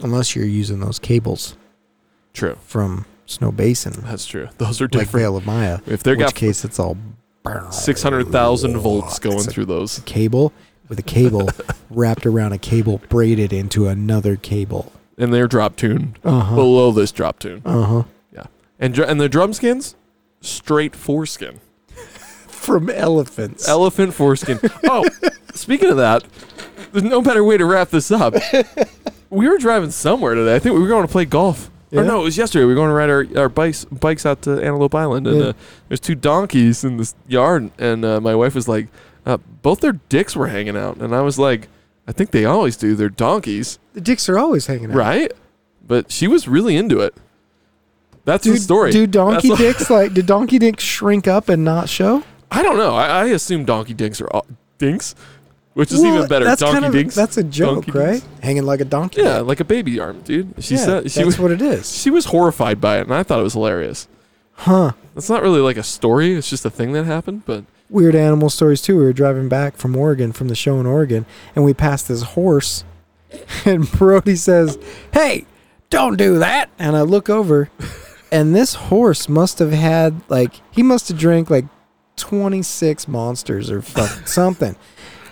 Speaker 1: Unless you're using those cables
Speaker 2: True,
Speaker 1: from Snow Basin,
Speaker 2: that's true. <laughs> Those are
Speaker 1: like
Speaker 2: different.
Speaker 1: Vale of Maya.
Speaker 2: if they
Speaker 1: in which
Speaker 2: got
Speaker 1: case, it's all
Speaker 2: six hundred thousand volts going
Speaker 1: It's a
Speaker 2: through those,
Speaker 1: cable with a
Speaker 2: <laughs>
Speaker 1: cable wrapped around a cable braided into another cable.
Speaker 2: and they're drop tuned
Speaker 1: Uh huh.
Speaker 2: below this drop tune,
Speaker 1: Uh huh.
Speaker 2: and dr- and the drum skins, straight
Speaker 1: <laughs>
Speaker 2: foreskin,
Speaker 1: From elephants.
Speaker 2: elephant foreskin. oh, speaking of that, there's no better way to wrap
Speaker 1: <laughs>
Speaker 2: this up. we were driving somewhere today. I think we were going to play golf. Or
Speaker 1: Yeah.
Speaker 2: no, it was yesterday. We were going to ride our, our bikes bikes out to Antelope Island, and
Speaker 1: Yeah.
Speaker 2: uh, there's two donkeys in this yard, and uh, my wife was like, uh, both their dicks were hanging out, and I was like, I think they always do. They're donkeys,
Speaker 1: the dicks are always hanging out.
Speaker 2: right? But she was really into it. That's
Speaker 1: Do,
Speaker 2: the story.
Speaker 1: do donkey
Speaker 2: That's-
Speaker 1: dicks like do donkey dicks shrink up and not show?
Speaker 2: <laughs> I don't know. I, I assume donkey dicks are all, dinks, which is
Speaker 1: Well,
Speaker 2: even better.
Speaker 1: That's
Speaker 2: donkey
Speaker 1: kind of,
Speaker 2: dinks.
Speaker 1: That's a joke,
Speaker 2: Donkey
Speaker 1: right?
Speaker 2: dicks.
Speaker 1: Hanging like a donkey.
Speaker 2: Yeah,
Speaker 1: dick.
Speaker 2: like a baby arm, dude. She
Speaker 1: Yeah,
Speaker 2: said she
Speaker 1: that's
Speaker 2: was
Speaker 1: what it is.
Speaker 2: she was horrified by it, and I thought it was hilarious.
Speaker 1: Huh.
Speaker 2: It's not really like a story; it's just a thing that happened. But
Speaker 1: Weird animal stories too. We were driving back from Oregon from the show in Oregon, and we passed this horse, <laughs> and Brody says, "Hey, don't do that!" And I look over, And this horse must have had like he must have drank like 26 monsters or fuck something.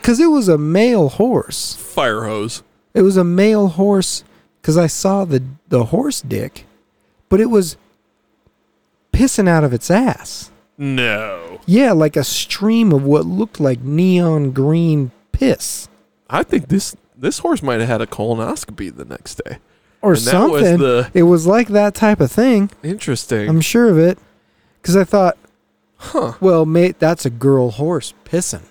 Speaker 1: Cuz it was a male horse.
Speaker 2: Fire hose.
Speaker 1: It was a male horse cuz I saw the the horse dick, but it was pissing out of its ass.
Speaker 2: No.
Speaker 1: Yeah, like a stream of what looked like neon green piss
Speaker 2: I think this this horse might have had a colonoscopy the next day.
Speaker 1: or
Speaker 2: And that was
Speaker 1: something.
Speaker 2: the-
Speaker 1: it was like that type of thing.
Speaker 2: Interesting.
Speaker 1: I'm sure of it. Because I thought,
Speaker 2: huh.
Speaker 1: well, mate, that's a girl horse pissing.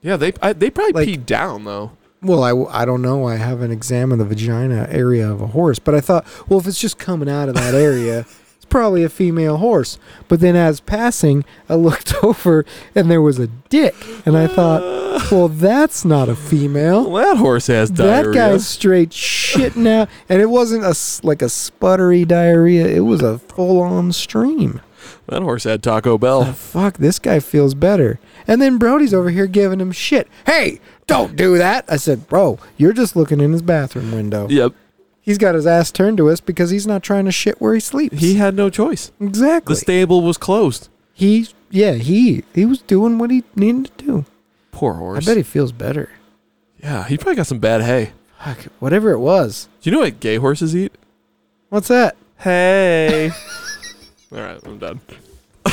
Speaker 2: Yeah, they I, they probably
Speaker 1: Like-
Speaker 2: peed down though.
Speaker 1: Well, I, w- I don't know. I haven't examined the vagina area of a horse, but I thought, well, if it's just coming out of that
Speaker 2: <laughs>
Speaker 1: area, it's probably a female horse. But then as passing, I looked <laughs> over and there was a dick. And I
Speaker 2: Uh.
Speaker 1: thought, well, that's not a female.
Speaker 2: Well, that horse has diarrhea.
Speaker 1: That guy's straight shitting out. And it wasn't a, s- like a sputtery diarrhea, it was a full on stream.
Speaker 2: that horse had Taco
Speaker 1: "Oh,
Speaker 2: Bell.
Speaker 1: fuck, this guy feels better. And then Brody's over here giving him shit. Hey, don't do that. I said, bro, you're just looking in his bathroom window.
Speaker 2: yep.
Speaker 1: He's got his ass turned to us because he's not trying to shit where he sleeps.
Speaker 2: He had no choice.
Speaker 1: exactly.
Speaker 2: The stable was closed.
Speaker 1: he, yeah, he, he was doing what he needed to do.
Speaker 2: Poor
Speaker 1: I
Speaker 2: horse.
Speaker 1: bet he feels better.
Speaker 2: yeah, he probably got some bad hay.
Speaker 1: Fuck, whatever it was.
Speaker 2: Do you know what gay horses eat?
Speaker 1: What's that? <laughs>
Speaker 2: Hey. All right, I'm done. I'm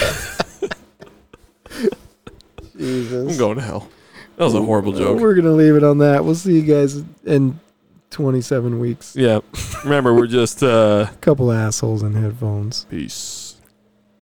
Speaker 1: Jesus.
Speaker 2: going to hell. That was a horrible joke.
Speaker 1: Uh, We're going to leave it on that. We'll see you guys in 27 weeks.
Speaker 2: Yeah. Remember, we're just uh
Speaker 1: Couple assholes in headphones.
Speaker 2: peace.